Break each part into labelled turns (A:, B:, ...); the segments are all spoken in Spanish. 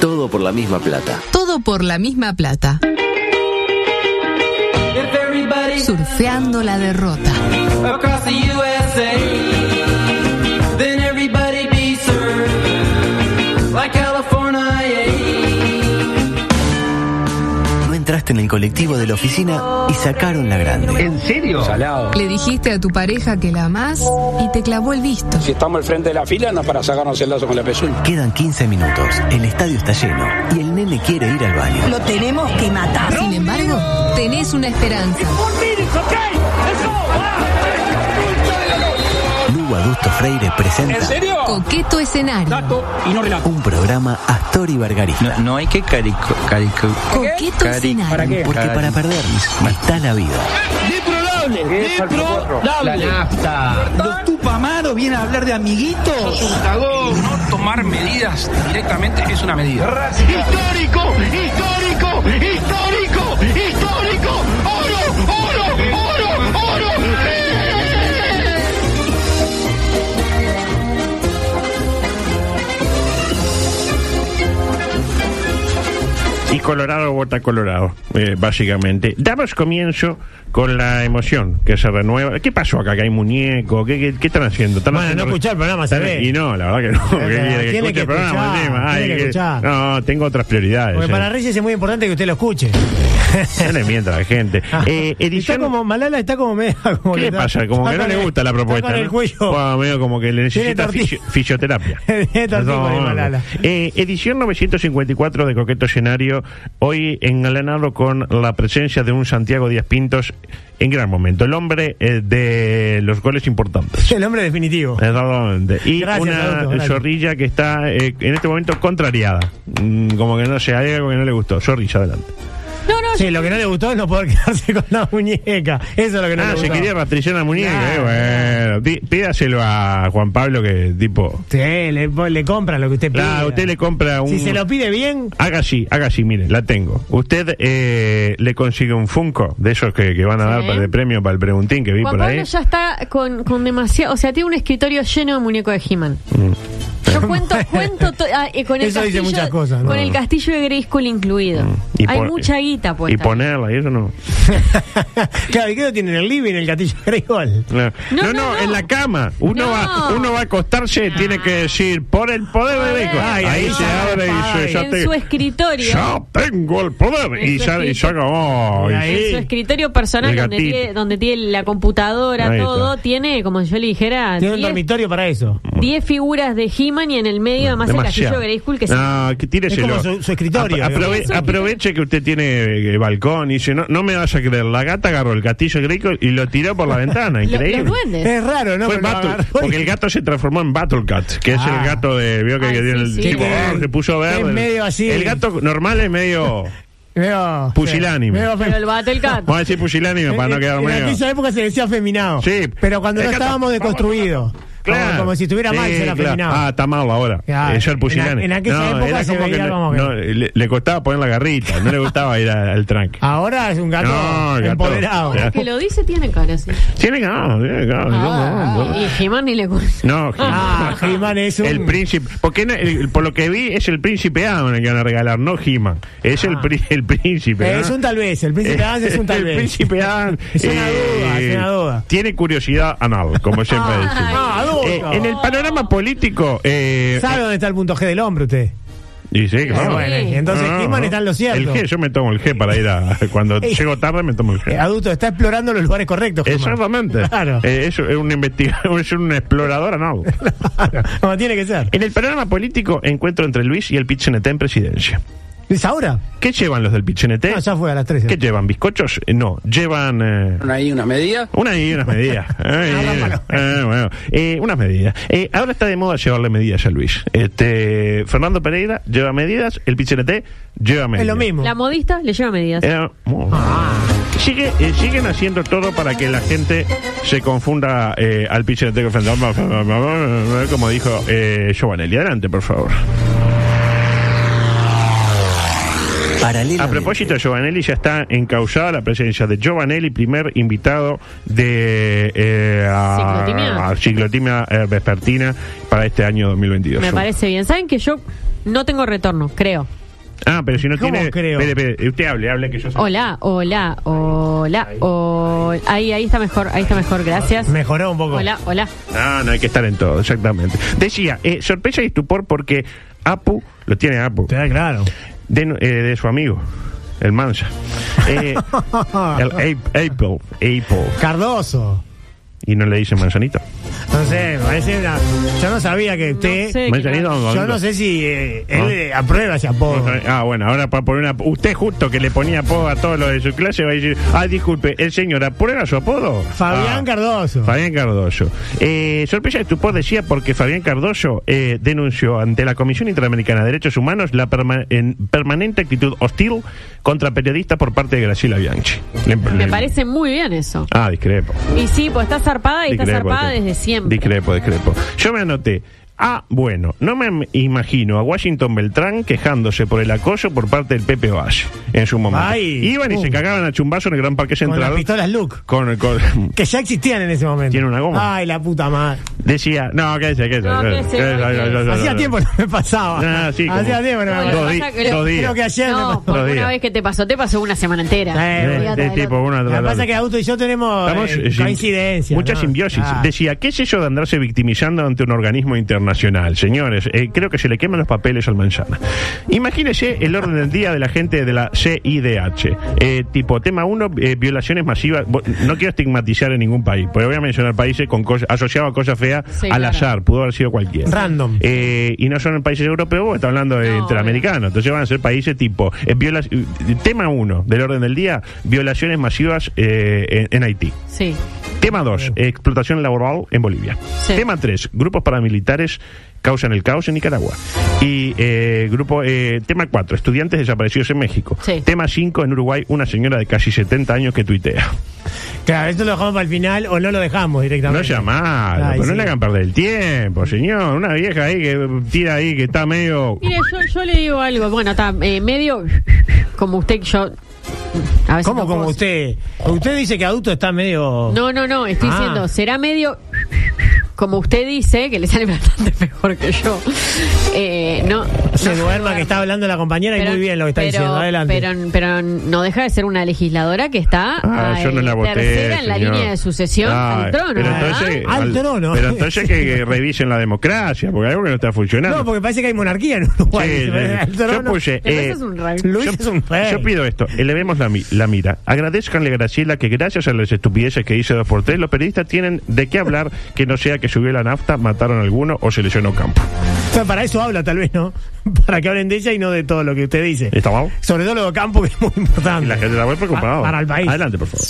A: Todo por la misma plata.
B: Todo por la misma plata. Surfeando la derrota.
A: No entraste en el colectivo de la oficina y sacaron la grande.
C: ¿En serio?
D: Salado.
B: Le dijiste a tu pareja que la amás y te clavó el visto.
D: Si estamos al frente de la fila, no es para sacarnos el lazo con la pezuña.
A: Quedan 15 minutos. El estadio está lleno y el nene quiere ir al baño.
E: Lo tenemos que matar.
B: Sin embargo, tenés una esperanza.
A: Lugo Adusto Freire presenta
D: ¿En serio?
B: Coqueto escenario.
D: Dato y no relato.
A: un programa Astor y Bargarista.
F: No hay que carico, carico.
B: Coqueto
F: Cari-
D: ¿Para
B: escenario.
D: qué?
A: Porque para perder está la vida.
D: La nafta.
G: Los tupamaros vienen a hablar de amiguitos.
D: No tomar medidas directamente es una medida.
C: ¡Histórico! ¡Histórico! ¡Histórico! ¡Histórico! ¡Oro! ¡Oro! ¡Oro! ¡Oro!
H: Y Colorado vota Colorado, eh, básicamente. Damos comienzo con la emoción que se renueva. ¿Qué pasó acá? ¿Que hay muñeco? ¿Qué, qué, qué están haciendo? ¿Están
I: Bueno,
H: haciendo-
I: no escuchar el programa, se ve.
H: Y no, la verdad que no.
I: Pero
H: ¿Qué quiere que
I: tiene
H: escuche
I: que
H: el programa?
I: escuchar,
H: El tema?
I: tiene que escuchar.
H: No, tengo otras prioridades.
I: Porque
H: eh.
I: para Reyes es muy importante que usted lo escuche.
H: No le mienta a la gente. Eh, edición...
I: Está como Malala, está como media. Como
H: ¿Qué
I: que
H: le
I: está-
H: pasa? Como que
I: está
H: no le
I: con el-
H: gusta la
I: está
H: propuesta.
I: Con el
H: ¿no?
I: cuello.
H: Bueno, medio como que le necesita
I: torti-
H: fisio- fisioterapia.
I: Tiene tortícolis,
H: Perdón.
I: Malala.
H: Eh, edición 954 de Coqueto Escenario, hoy engalanado con la presencia de un Santiago Díaz Pintos en gran momento. El hombre eh, de los goles importantes.
I: Es el hombre definitivo.
H: Eh. Exactamente. Y
I: Gracias,
H: una
I: Adolfo, gracias.
H: zorrilla que está eh, en este momento contrariada. Mm, como que no sé, hay algo que no le gustó. Zorrilla, adelante.
I: Sí, lo que no le gustó es no poder quedarse con la muñeca. Eso es lo que no le
H: Ah,
I: gustó.
H: se quería rastrillar la muñeca.
I: Claro.
H: eh, bueno, Pí- pídaselo a Juan Pablo que tipo...
I: Sí, le, le compra lo que usted pide.
H: La- usted le compra un.
I: Si se lo pide bien,
H: Haga así, haga así, mire, la tengo. Usted eh, le consigue un Funko de esos que, que van a dar
J: Sí.
H: para el premio, para el preguntín que vi
J: Juan
H: por
J: Pablo
H: ahí.
J: ya está con, con demasiado. O sea, tiene un escritorio lleno de muñecos de He-Man.
H: Mm.
J: Yo cuento, cuento to- ah, eh, con el
I: Eso dice
J: castillo,
I: muchas cosas, ¿no?
J: con el castillo de Grayskull incluido.
H: Mm. Y
J: Hay
H: pon-
J: mucha guita
H: Y
J: puesta.
H: ponerla, y eso no.
I: claro, ¿y qué lo tiene en el living, el gatillo Greyball?
H: No, no, no,
J: no.
H: en la cama. Uno
J: No.
H: va uno va a acostarse, tiene que decir, por el poder de Beco.
I: Ay,
H: ahí
I: ay,
H: se
I: ay,
H: abre y
I: ay.
H: se, ya
J: en
H: te-
J: su escritorio.
H: ya tengo el poder.
J: En
H: Y
J: su
H: ya, y ya
J: escritorio.
H: acabó. Y-
I: Ahí.
J: En su escritorio personal,
H: El
J: donde
H: gatito.
J: tiene, donde tiene la computadora,
H: Ahí
J: todo,
H: está.
J: tiene, como yo le dijera,
I: Tiene un
J: 10
I: dormitorio para eso.
J: 10 figuras de He-Man y en el medio, además, el
H: Demasiado.
J: castillo de Grayskull que se-
H: no, que tíreselo.
I: Es como su- su escritorio,
H: Apro- aprove-
I: digamos.
H: aproveche que usted tiene eh, balcón y dice, no, no me vas a creer, la gata agarró el castillo griego y lo tiró por la ventana,
J: Lo-
H: increíble.
J: los duendes.
I: Es raro, ¿no?
H: Fue
I: Pero lo
H: Battle-
I: agarró y-
H: porque el gato se transformó en Battle Cat, que es
I: Ah.
H: el gato de vio que,
J: Ay,
H: que tiene
J: sí,
H: el
J: sí.
H: tipo,
I: Que-
H: ah, se puso
I: que es
H: verde.
I: medio así.
H: El gato normal es medio
I: Veo-
H: Pusilánime.
I: veo-
J: Pero el Battlecat.
H: vamos a decir pusilánime para no quedar
I: Eh, en
H: medio.
I: aquella época se decía afeminado.
H: Sí.
I: Pero cuando
H: El
I: no
H: gato,
I: estábamos
H: vamos,
I: deconstruidos.
H: Claro.
I: Como, como si estuviera mal
H: Sí,
I: ser
H: claro.
I: afeminado.
H: Ah, está malo ahora.
I: Claro.
H: Eso es el pusilánime.
I: En a- en aquella época
H: era
I: se veía
H: no-
I: como que-
H: no, le, le costaba poner la garrita, no le gustaba ir a- al tranque.
I: Ahora es un gato
H: No, el gato.
I: empoderado. Eh,
H: Ya.
J: Que lo dice, tiene cara así.
H: Tiene ganas, tiene ganas. no, no, no.
J: Y He-Man ni le cuento.
H: No,
I: Ah,
H: He-Man.
I: He-Man es un-
H: El príncipe. Porque no- el- por lo que vi, es el príncipe Adam el que van a regalar, no He-Man. Es el, pri- el príncipe.
I: Eh,
H: ¿no?
I: Ah. Es un tal vez. El príncipe Adam es un tal
H: Eh, El
I: vez.
H: Este, príncipe Adam.
I: Es una duda, es una duda.
H: Tiene curiosidad anal, como siempre
J: Ay.
H: decimos.
I: Ah, adulto.
H: Eh, en el panorama político. Eh,
I: ¿Sabe dónde está el punto G del hombre usted?
H: y sí, claro.
I: Eh, bueno, y entonces
H: No, no,
I: He-Man
H: no.
I: está en lo
H: El
I: cierto.
H: G, yo me tomo el G para ir a. Cuando
I: Eh.
H: llego tarde, me tomo el G. Eh,
I: Eh, adulto, está explorando los lugares correctos. He-Man.
H: Exactamente.
I: Claro.
H: Eh, es, es un investigador, es un explorador anal.
I: Claro, Como tiene que ser.
H: En el panorama político, encuentro entre Luis y el Pichinete en presidencia.
I: ¿Es ahora?
H: ¿Qué llevan los del Pichinete?
I: No, ya fue a las 13.
H: ¿Qué llevan? ¿Bizcochos? Eh, No, llevan... eh,
D: Ahí una Ah, medida.
H: una y unas medidas. Ay, eh, bueno, eh, unas medidas. Eh, ahora está de moda llevarle medidas a Luis. Este, Fernando Pereira lleva medidas, el Pichinete lleva medidas.
I: es lo mismo.
J: La modista le lleva medidas.
H: Eh, muy bien. Sigue, eh, siguen haciendo todo para que la gente se confunda eh, al Pichinete con Fernando, como dijo eh, Giovanelli. Adelante, por favor. A
A: Paralelamente.
H: propósito, Giovanelli ya está encausada la presencia de Giovanelli, primer invitado de eh, a-
J: Ciclotimia.
H: a ciclotimia, eh, vespertina para este año 2022.
J: Me parece bien. ¿Saben que yo no tengo retorno? Creo.
H: Ah, pero si no
I: ¿Cómo
H: tiene.
I: creo?
H: Espere, espere, eh, usted hable, hable que yo sé.
J: Hola, hola, hola, hola. Ahí, ahí está mejor, ahí está mejor, gracias.
I: Mejoró un poco.
J: Hola, hola.
H: Ah, no hay que estar en todo, exactamente. Decía, eh, sorpresa y estupor porque Apu, lo tiene Apu,
I: Te da claro.
H: de, eh, de su amigo, el Mansa. Eh, el Ape- Apple, Apple.
I: Cardoso.
H: Y no le dice manzanito.
I: No sé, me parece una- Yo no sabía que usted.
J: sé.
H: Manzanito.
I: Yo no sé si eh, él
H: ¿No?
I: eh, aprueba ese apodo.
H: Ah, bueno, ahora para poner una... Usted justo que le ponía apodo a todos los de su clase va a decir, ah, disculpe, el señor aprueba su apodo.
I: Fabián
H: Ah.
I: Cardoso.
H: Fabián Cardoso. Eh, sorpresa y estupor decía porque Fabián Cardoso eh, denunció ante la Comisión Interamericana de Derechos Humanos la perma- en permanente actitud hostil contra periodistas por parte de Graciela Bianchi. Le-
J: Me
H: le-
J: parece muy bien eso.
H: Ah, discrepo.
J: Y sí, pues está zarpada y está
H: Discrepo,
J: zarpada
H: discrepo.
J: desde siempre.
H: Discrepo, discrepo. Yo me anoté. Ah, bueno, no me im- imagino a Washington Beltrán quejándose por el acoso por parte del Pepe Valle en su momento.
I: Ay.
H: Iban y se
I: Uh.
H: cagaban a chumbazo en el Gran Parque
I: Con
H: Central.
I: las pistolas Luke.
H: Con- con-
I: Que ya existían en ese momento.
H: Tiene una goma.
I: Ay, la puta madre.
H: decía, no, quédese, quédese.
J: No, quédese,
H: quédese,
J: no,
H: ay, ay, ay, ay,
I: Hacía
H: ay.
I: tiempo que no me pasaba.
H: Ah, sí, como-
I: Hacía tiempo que no me
J: No,
I: pasaba.
H: Dos,
J: lo que
H: di-
J: pasa que-
H: dos días.
I: Creo que ayer me
J: No,
I: pasó.
J: porque
H: Dos días.
J: una vez que te pasó, te pasó una semana entera.
I: Eh,
H: De-
I: bueno.
H: de tipo uno
I: Lo
H: atrás
I: que
H: del
I: pasa es
H: otro.
I: que Auto y yo tenemos
H: Estamos,
I: eh,
H: eh, sin-
I: coincidencias.
H: Mucha
I: ¿no?
H: simbiosis.
I: Ah.
H: Decía, ¿qué es eso de andarse victimizando ante un organismo internacional? Señores, eh, creo que se le queman los papeles al manzana. Imagínese el orden del día de la gente de la CIDH. Eh, tipo, tema 1, violaciones masivas. Bo- No quiero estigmatizar en ningún país, pero voy a mencionar países con cosas, asociados a cosas feas
J: Sí,
H: al
J: claro.
H: azar. Pudo haber sido cualquiera.
I: Random.
H: Eh, y no son en países europeos, vos estás hablando de
J: No,
H: interamericanos. Entonces van a ser países tipo. eh, viola- eh, tema 1 del orden del día: violaciones masivas eh, en- en Haití.
J: Sí.
H: Tema 2, explotación laboral en Bolivia.
J: Sí.
H: Tema 3, grupos paramilitares causan el caos en Nicaragua. Y eh, grupo eh, tema 4, estudiantes desaparecidos en México.
J: Sí.
H: Tema 5, en Uruguay, una señora de casi 70 años que tuitea.
I: Claro, esto lo dejamos para el final o no lo dejamos
H: No
I: directamente.
H: sea malo,
I: Ay,
H: pero no
I: sí.
H: le hagan perder el tiempo, señor. Una vieja ahí que tira ahí, que está medio...
J: Mire, yo, yo le digo algo. Bueno, está eh, medio como usted, yo. A veces
I: ¿Cómo,
J: no
I: como
J: puedo-
I: usted? Usted dice que adulto está medio.
J: No, no, no, estoy
I: Ah.
J: diciendo, será medio. Como usted dice, que le sale bastante mejor que yo. Eh, no.
I: se
J: no
I: duerma que está hablando la compañera y muy bien lo que está
J: pero-
I: diciendo. Adelante.
J: Pero, pero no deja de ser una legisladora que está
H: Ah, yo no
J: eh,
H: la voté.
J: tercera en la
H: señor.
J: línea de sucesión
H: Ay,
J: al trono.
H: Pero
J: ¿verdad?
H: entonces,
I: Al trono.
H: Pero entonces que, que revisen la democracia, porque algo que no está funcionando.
I: no, porque parece que hay monarquía en Uruguay.
H: Sí, sí.
I: El trono-
H: Yo puse,
J: Pero
H: eh,
J: eso es un rey.
I: Luis
H: yo,
I: es un rey.
H: yo pido esto, elevemos la, mi- la mira. Agradezcanle a Graciela que gracias a las estupideces que hice dos por tres, los periodistas tienen de qué hablar que no sea que subió la nafta, mataron a alguno o se lesionó campo.
I: O sea, para eso habla, tal vez, ¿no? Para que hablen de ella y no de todo lo que usted dice.
H: ¿Está mal?
I: Sobre todo lo de campo, que es muy importante.
H: Y la gente la web preocupada.
I: Pa- Para el país.
H: Adelante, por favor.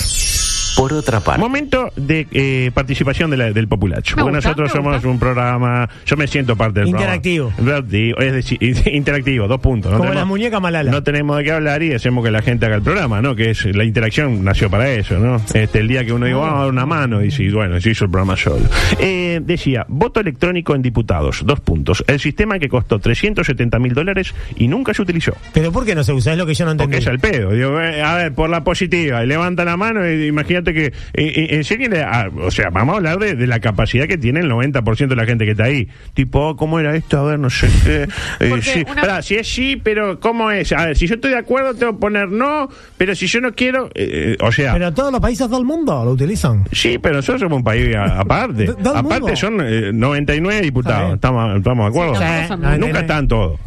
A: Por otra parte,
H: Momento de eh, participación de la- del populacho.
J: Me
H: Porque
J: gusta,
H: nosotros
J: me
H: somos
J: gusta.
H: un programa, yo me siento parte del
I: Interactivo.
H: programa. Interactivo. Es decir, interactivo, dos puntos.
I: Como las muñecas Malala.
H: No tenemos de qué hablar y hacemos que la gente haga el programa, ¿no? Que es la interacción nació para eso, ¿no? Este, el día que uno diga, vamos a dar una mano, y si, bueno, se hizo el programa solo. Eh, decía, voto electrónico en diputados, dos puntos. El sistema que costó 370 mil dólares y nunca se utilizó.
I: Pero ¿por qué no se usa? Es lo que yo no entendí.
H: Porque es al pedo. Digo, eh, a ver, por la positiva. Y levanta la mano y imagínate que. eh, eh, en serio, le- ah, o sea, vamos a hablar de, de la capacidad que tiene el 90% de la gente que está ahí. Tipo, oh, ¿cómo era esto? A ver, no sé. eh, eh,
J: Porque
H: sí.
J: una-
H: Pará, si es sí, pero ¿cómo es? A ver, si yo estoy de acuerdo, tengo que poner no, pero si yo no quiero. eh, eh, o sea.
I: Pero todos los países del mundo lo utilizan.
H: Sí, pero nosotros somos un país a- aparte.
I: Da- da el
H: aparte
I: mundo.
H: son eh, 99 diputados.
I: Está
H: Estamos, estamos de acuerdo.
J: Sí, tampoco son
I: Eh,
H: Nunca están todos.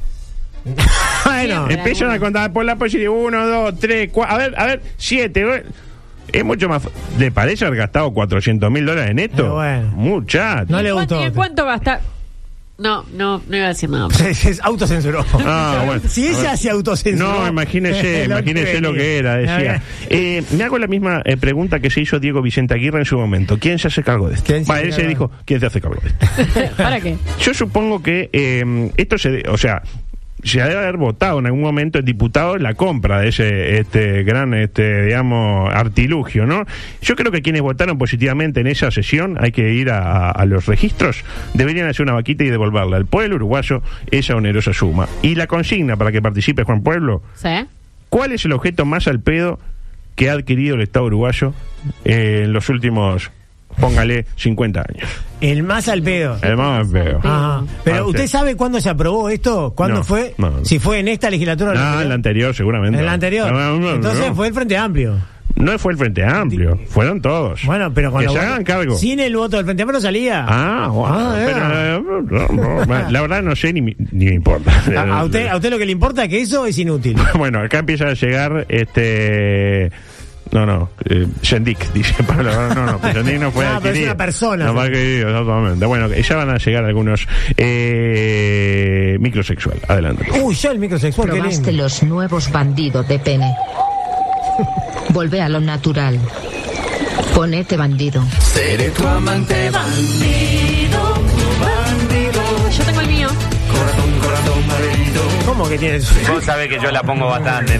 I: Bueno,
J: Siempre.
H: Empiezan a contar por la posibilidad. Uno, dos, tres, cuatro. A ver, a ver, siete. eh. Es mucho más. fa- ¿Le parece haber gastado 400 mil dólares en esto?
I: Pero bueno.
H: Muchacho.
I: No le
J: ¿Cuánto-
I: gustó.
J: y eh, ¿Cuánto gasta? No, no, no iba a decir nada.
I: Es autocensuró.
H: Ah, bueno.
I: Si
H: A
I: ella
H: ver.
I: se autocensuró.
H: No, imagínese,
I: lo
H: imagínese lo que era,
I: venía.
H: decía. Eh, me hago la misma eh, pregunta que se hizo Diego Vicente Aguirre en su momento. ¿Quién se hace cargo de esto?
I: ¿Quién se
H: Va,
I: hace
H: él se
I: cargo?
H: dijo, ¿quién se hace cargo de esto?
J: ¿Para qué?
H: Yo supongo que eh, esto se. de- o sea. Se debe haber votado en algún momento el diputado la compra de ese este gran, este digamos, artilugio, ¿no? Yo creo que quienes votaron positivamente en esa sesión, hay que ir a, a- a los registros, deberían hacer una vaquita y devolverla al pueblo uruguayo esa onerosa suma. Y la consigna para que participe Juan Pueblo,
J: ¿Sí?
H: ¿cuál es el objeto más al pedo que ha adquirido el Estado uruguayo eh, en los últimos póngale 50 años.
I: El más al pedo.
H: El más feo.
I: Ajá. Pero
H: Ah, sí.
I: usted sabe cuándo se aprobó esto, cuándo
H: No,
I: fue,
H: no, no.
I: si fue en esta legislatura o la
H: No,
I: anterior.
H: el anterior seguramente.
I: En la anterior.
H: No, no, no,
I: Entonces
H: no.
I: fue el Frente Amplio.
H: No fue el Frente Amplio, fueron todos.
I: Bueno, pero con
H: Que
I: los
H: se
I: votos-
H: hagan cargo.
I: Sin el voto del Frente Amplio no salía.
H: Ah, bueno,
I: Ah, era.
H: pero, eh, no, no, la verdad no sé ni, mi- ni me importa.
I: A, a usted, a usted lo que le importa es que eso es inútil.
H: Bueno, acá empieza a llegar este. No, no, eh, Sendik, dice Pablo. No, no, pero Sendik no fue
I: No, pero es
H: adquirido.
I: una persona,
H: No, fue
I: Sendik.
H: adquirido, exactamente. Bueno, ya van a llegar algunos. Eh, microsexual, adelante.
I: Uy, yo el microsexual, qué
E: Probaste
I: lindo.
E: los nuevos bandidos de pene. Volvé a lo natural. Ponete bandido.
J: Yo tengo el mío.
I: ¿Cómo que tienes?
F: Vos sabés que yo la pongo bastante.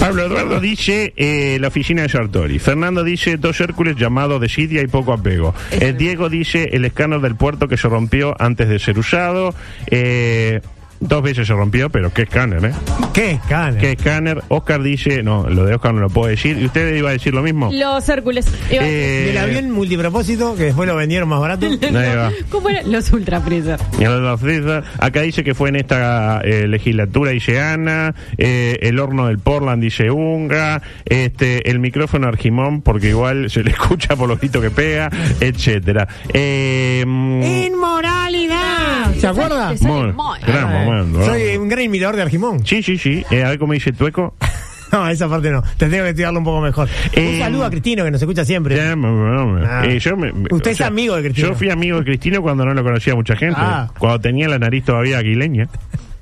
H: Pablo Eduardo dice eh, la oficina de Sartori. Fernando dice dos Hércules llamados de Sidia y poco apego. Eh, Diego dice el escáner del puerto que se rompió antes de ser usado. Eh, dos veces se rompió, pero qué escáner, ¿eh?
I: ¿Qué? Cana.
H: Qué escáner. Oscar dice, no, lo de Oscar no lo puedo decir. ¿Y usted iba a decir lo mismo?
J: Los Hércules. Iba-
H: Eh,
I: El avión multipropósito que después lo vendieron más barato.
H: ahí va.
J: ¿Cómo era? Los ultrapresas.
H: Y el de la fresa. Acá dice que fue en esta eh, legislatura, dice Ana. Eh, el horno del Portland, dice Unga. Este, el micrófono Argimón, porque igual se le escucha por los gritos que pega, etcétera. Eh, mm,
I: ¡Inmoralidad! ¿Se acuerda?
J: Ah, Te sale
H: Bueno,
J: muy-
H: gran
I: Ah, eh.
H: momento, ¿eh?
I: Soy un gran imitador de Argimón.
H: sí, sí, sí. Eh, a ver cómo dice Tueco.
I: No, esa parte no. Te tengo que estudiarlo un poco mejor.
H: Eh,
I: un saludo a Cristino que nos escucha siempre.
H: Ya, me- me- me-
I: Ah.
H: eh, yo me- me-
I: Usted es amigo de Cristino.
H: Yo fui amigo de Cristino cuando no lo conocía mucha gente.
I: Ah.
H: Cuando tenía la nariz todavía aguileña.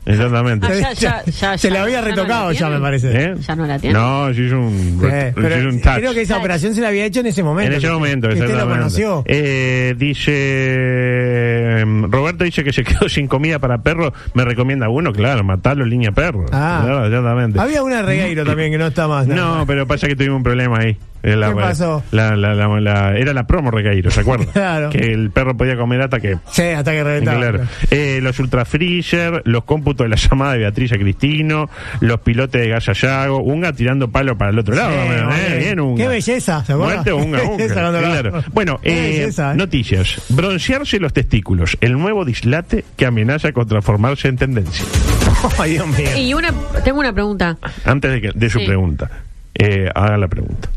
H: Exactamente.
J: Ah, ya, ya, ya,
I: Se
J: ya.
I: la
J: Ya
I: había
J: no
I: retocado
J: la
I: ya,
J: tiene.
I: me parece.
H: ¿Eh?
J: ¿Ya no la tiene?
H: No, sí es un,
I: Eh,
H: sí es
I: pero
H: un touch.
I: creo que esa operación se la había hecho en ese momento.
H: En ese
I: que-
H: momento,
I: que usted lo
H: exactamente.
I: conoció.
H: Eh, dice. mm, Roberto dice que se quedó sin comida para perro. Me recomienda uno, claro, matarlo en línea perro.
I: Ah.
H: Claro, exactamente.
I: Había una de Regueiro también que no está más.
H: No, pero pasa que tuvimos un problema ahí. Eh,
I: ¿Qué pasó?
H: la- la- la- la- era la promo Recaíro, ¿se acuerdan?
I: Claro.
H: Que el perro podía comer hasta que.
I: Sí, hasta que reventaba.
H: Claro. Eh, los Ultra Freezer, los cómputos de la llamada de Beatriz a Cristino, los pilotes de Gasallago, Unga tirando palo para el otro lado.
I: Sí,
H: más o menos,
I: hombre.
H: eh, bien, Unga.
I: Qué belleza, ¿se acuerda?
H: Muerte, Unga,
I: Qué
H: Unga,
I: belleza cuando lo-
H: claro. Bueno,
I: Qué
H: eh,
I: belleza, eh.
H: noticias. Broncearse los testículos, el nuevo dislate que amenaza con transformarse en tendencia.
I: Ay, Dios mío.
J: Y una, tengo una pregunta.
H: Antes de, que, de su
J: Sí.
H: pregunta, eh, haga la pregunta.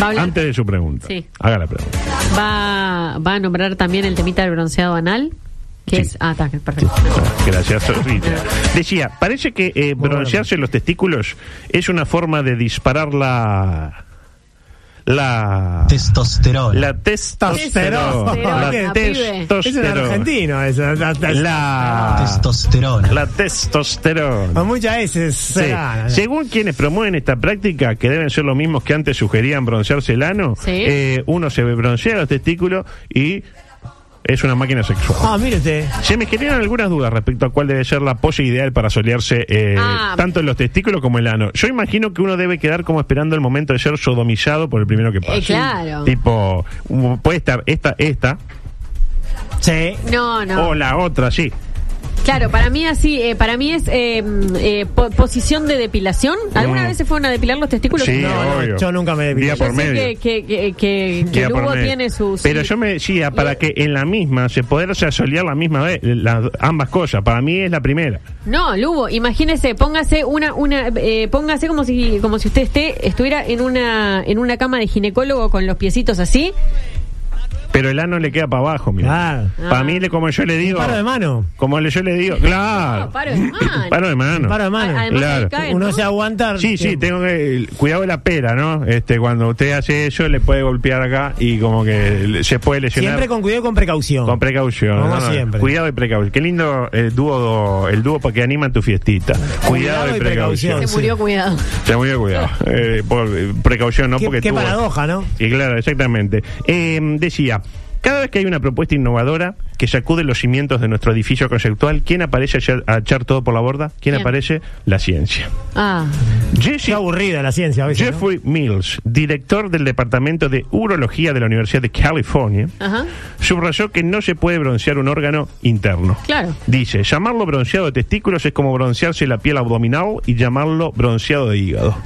J: ¿Va a, hablar-
H: Antes de su pregunta,
J: Sí.
H: haga la pregunta.
J: va, va a nombrar también el temita del bronceado anal? Que
H: Sí.
J: es. Ah, está, perfecto.
H: Gracias, Rita. Decía, parece que eh, broncearse los testículos es una forma de disparar la... La...
G: Testosterona.
H: La testosterona.
J: Testosterona,
H: La
J: pibe.
I: Es un
H: testosterona.
I: argentino eso. La, la-
H: La...
G: Testosterona.
H: La testosterona.
I: Con muchas veces
H: Sí.
I: se gana.
H: Según quienes promueven esta práctica, que deben ser los mismos que antes sugerían broncearse el ano,
J: Sí.
H: eh, uno se broncea los testículos y es una máquina sexual.
I: Ah, mire usted.
H: Se me generan algunas dudas respecto a cuál debe ser la pose ideal para solearse eh,
J: Ah.
H: tanto en los testículos como en el ano. Yo imagino que uno debe quedar como esperando el momento de ser sodomizado por el primero que pase.
J: Eh, claro.
H: Tipo, u- puede estar esta, esta,
I: Sí.
J: No, no.
H: o la otra, sí.
J: Claro, para mí así, eh, para mí es eh, mm, eh, po- posición de depilación. ¿Alguna
H: Mm.
J: vez se fueron a depilar los testículos?
H: Sí,
J: No,
I: no,
H: obvio.
I: yo nunca me depilé.
H: Día
I: Yo
H: por
J: Yo sé
H: medio.
J: que, que, que, que, que
H: Queda por
J: Lugo
H: medio.
J: tiene sus.
H: Pero yo me decía, para que en la misma se pudiera solear la misma vez, las- ambas cosas. Para mí es la primera.
J: No, Lugo, imagínese, póngase una, una, eh, póngase como si, como si usted esté, estuviera en una, en una cama de ginecólogo con los piecitos así.
H: Pero el ano le queda para abajo, mira.
I: Claro.
H: Para mí, le- como yo le digo.
I: Paro de mano.
H: Como le- yo le digo, claro.
J: No, paro de mano.
H: Paro de mano.
I: Paro de mano.
J: A- además
H: Claro.
J: ahí caen,
I: Uno
J: ¿no?
I: se aguanta.
H: Sí, sí, tengo que. Cuidado de la pera, ¿no? Este, cuando usted hace eso, le puede golpear acá y como que le- se puede lesionar.
I: Siempre con cuidado y con precaución.
H: Con precaución.
I: Como
H: ¿no?
I: siempre.
H: Cuidado y precaución. Qué lindo el dúo, el dúo porque animan tu fiestita. Cuidado,
I: Cuidado
H: y
I: y
H: precaución.
I: precaución.
J: Se murió, cuidado.
H: Se muy bien cuidado. Eh, por, eh, precaución, ¿no?
I: Qué-
H: porque
I: qué
H: tú-
I: paradoja, ¿no?
H: Y claro, exactamente. Eh, decía, cada vez que hay una propuesta innovadora que sacude los cimientos de nuestro edificio conceptual, ¿quién aparece a echar, a echar todo por la borda? ¿Quién,
J: ¿Quién?
H: aparece? La ciencia.
J: Ah,
I: Qué
H: Jesse
I: aburrida la ciencia a veces. ¿no?
H: Jeffrey Mills, director del Departamento de Urología de la Universidad de California,
J: ajá,
H: subrayó que no se puede broncear un órgano interno.
J: claro.
H: Dice, llamarlo bronceado de testículos es como broncearse la piel abdominal y llamarlo bronceado de hígado.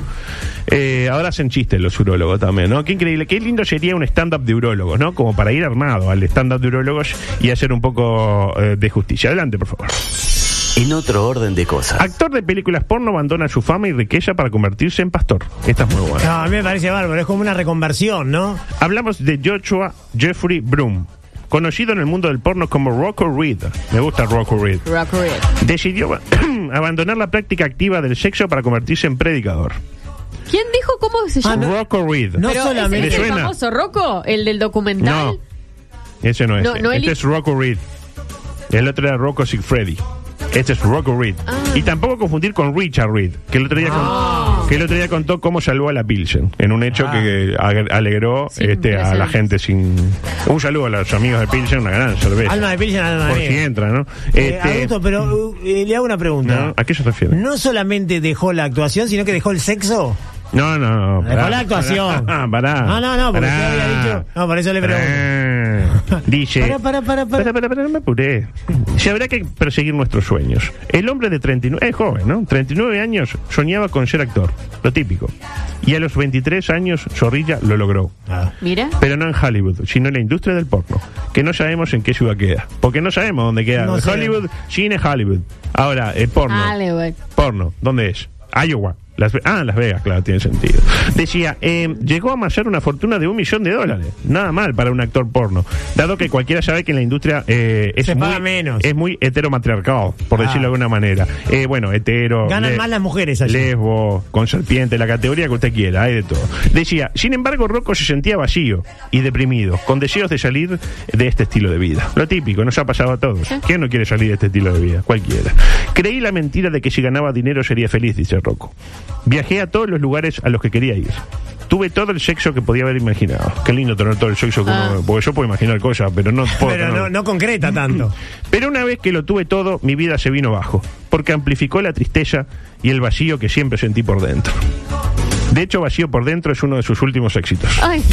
H: Eh, ahora hacen chistes los urólogos también, ¿no? Qué increíble, qué lindo sería un stand-up de urólogos, ¿no? Como para ir armado al stand-up de urólogos y hacer un poco eh, de justicia. Adelante, por favor.
A: En otro orden de cosas.
H: Actor de películas porno abandona su fama y riqueza para convertirse en pastor. Esta es muy buena.
I: No, a mí me parece bárbaro, es como una reconversión, ¿no?
H: Hablamos de Joshua Jeffrey Broom, conocido en el mundo del porno como Rocco Reed. Me gusta Rocco Reed. Decidió abandonar la práctica activa del sexo para convertirse en predicador.
J: ¿Quién dijo cómo se llama?
H: Rocco Reed.
I: Ah, No
J: Pero, ¿ese
I: solamente-
J: es el
H: ¿Le suena?
J: famoso Rocco? ¿El del documental?
H: No, ese no es.
J: No, no
H: este
J: el-
H: es Rocco Reed. El otro era Rocco Sigfredi. Este es Rocco Reed.
I: Ah.
H: Y tampoco confundir con Richard Reed, que el otro día, con-
I: Ah.
H: que el otro día contó cómo salvó a la Pilsen, en un hecho que ag- alegró
J: Sí,
H: este, a la
J: impresionante.
H: gente sin... Un saludo a los amigos de Pilsen, una gran cerveza.
I: Alma de Pilsen, alma de
H: Por si
I: negra.
H: entra, ¿no?
I: Eh,
H: Este,
I: adulto, pero uh, eh, le hago una
H: ¿no?
I: pregunta.
H: ¿A qué se refiere?
I: No solamente dejó la actuación, sino que dejó el sexo.
H: No, no, no.
I: Dejó la actuación.
H: Pará, pará.
I: No, no, no, porque usted había dicho- no, por eso le pregunto.
H: Pará. Dice.
I: Pará, pará, pará, pará.
H: Pará, pará, pará, no me apuré. Si habrá que perseguir nuestros sueños. El hombre de 39. Es joven, ¿no? 39 años soñaba con ser actor. Lo típico. Y a los 23 años, Zorrilla lo logró.
J: Mira.
H: Pero no en Hollywood, sino en la industria del porno. Que no sabemos en qué ciudad queda. Porque no sabemos dónde queda.
I: No
H: Hollywood, cine Hollywood. Ahora, el porno.
J: Hollywood.
H: Porno, ¿dónde es? Iowa. Las Ve- ah, Las Vegas, claro, tiene sentido. Decía, eh, llegó a amasar una fortuna de un millón de dólares. Nada mal para un actor porno. Dado que cualquiera sabe que en la industria eh, es,
I: Se
H: muy,
I: paga menos.
H: es muy heteromatriarcal, por
I: Ah.
H: decirlo de alguna manera. Eh, bueno, hetero.
I: Ganan
H: le-
I: más las mujeres allí.
H: Lesbo, con serpiente, la categoría que usted quiera, hay de todo. Decía, sin embargo, Rocco se sentía vacío y deprimido, con deseos de salir de este estilo de vida. Lo típico, nos ha pasado a todos. ¿Quién no quiere salir de este estilo de vida? Cualquiera. Creí la mentira de que si ganaba dinero sería feliz, dice Rocco. Viajé a todos los lugares a los que quería ir. Tuve todo el sexo que podía haber imaginado. Qué lindo tener todo el sexo que uno. Porque yo puedo imaginar cosas, pero no puedo.
I: Pero
H: tener-
I: no, no concreta tanto.
H: pero una vez que lo tuve todo, mi vida se vino abajo, porque amplificó la tristeza y el vacío que siempre sentí por dentro. De hecho, Vacío por Dentro es uno de sus últimos éxitos.
J: Ay,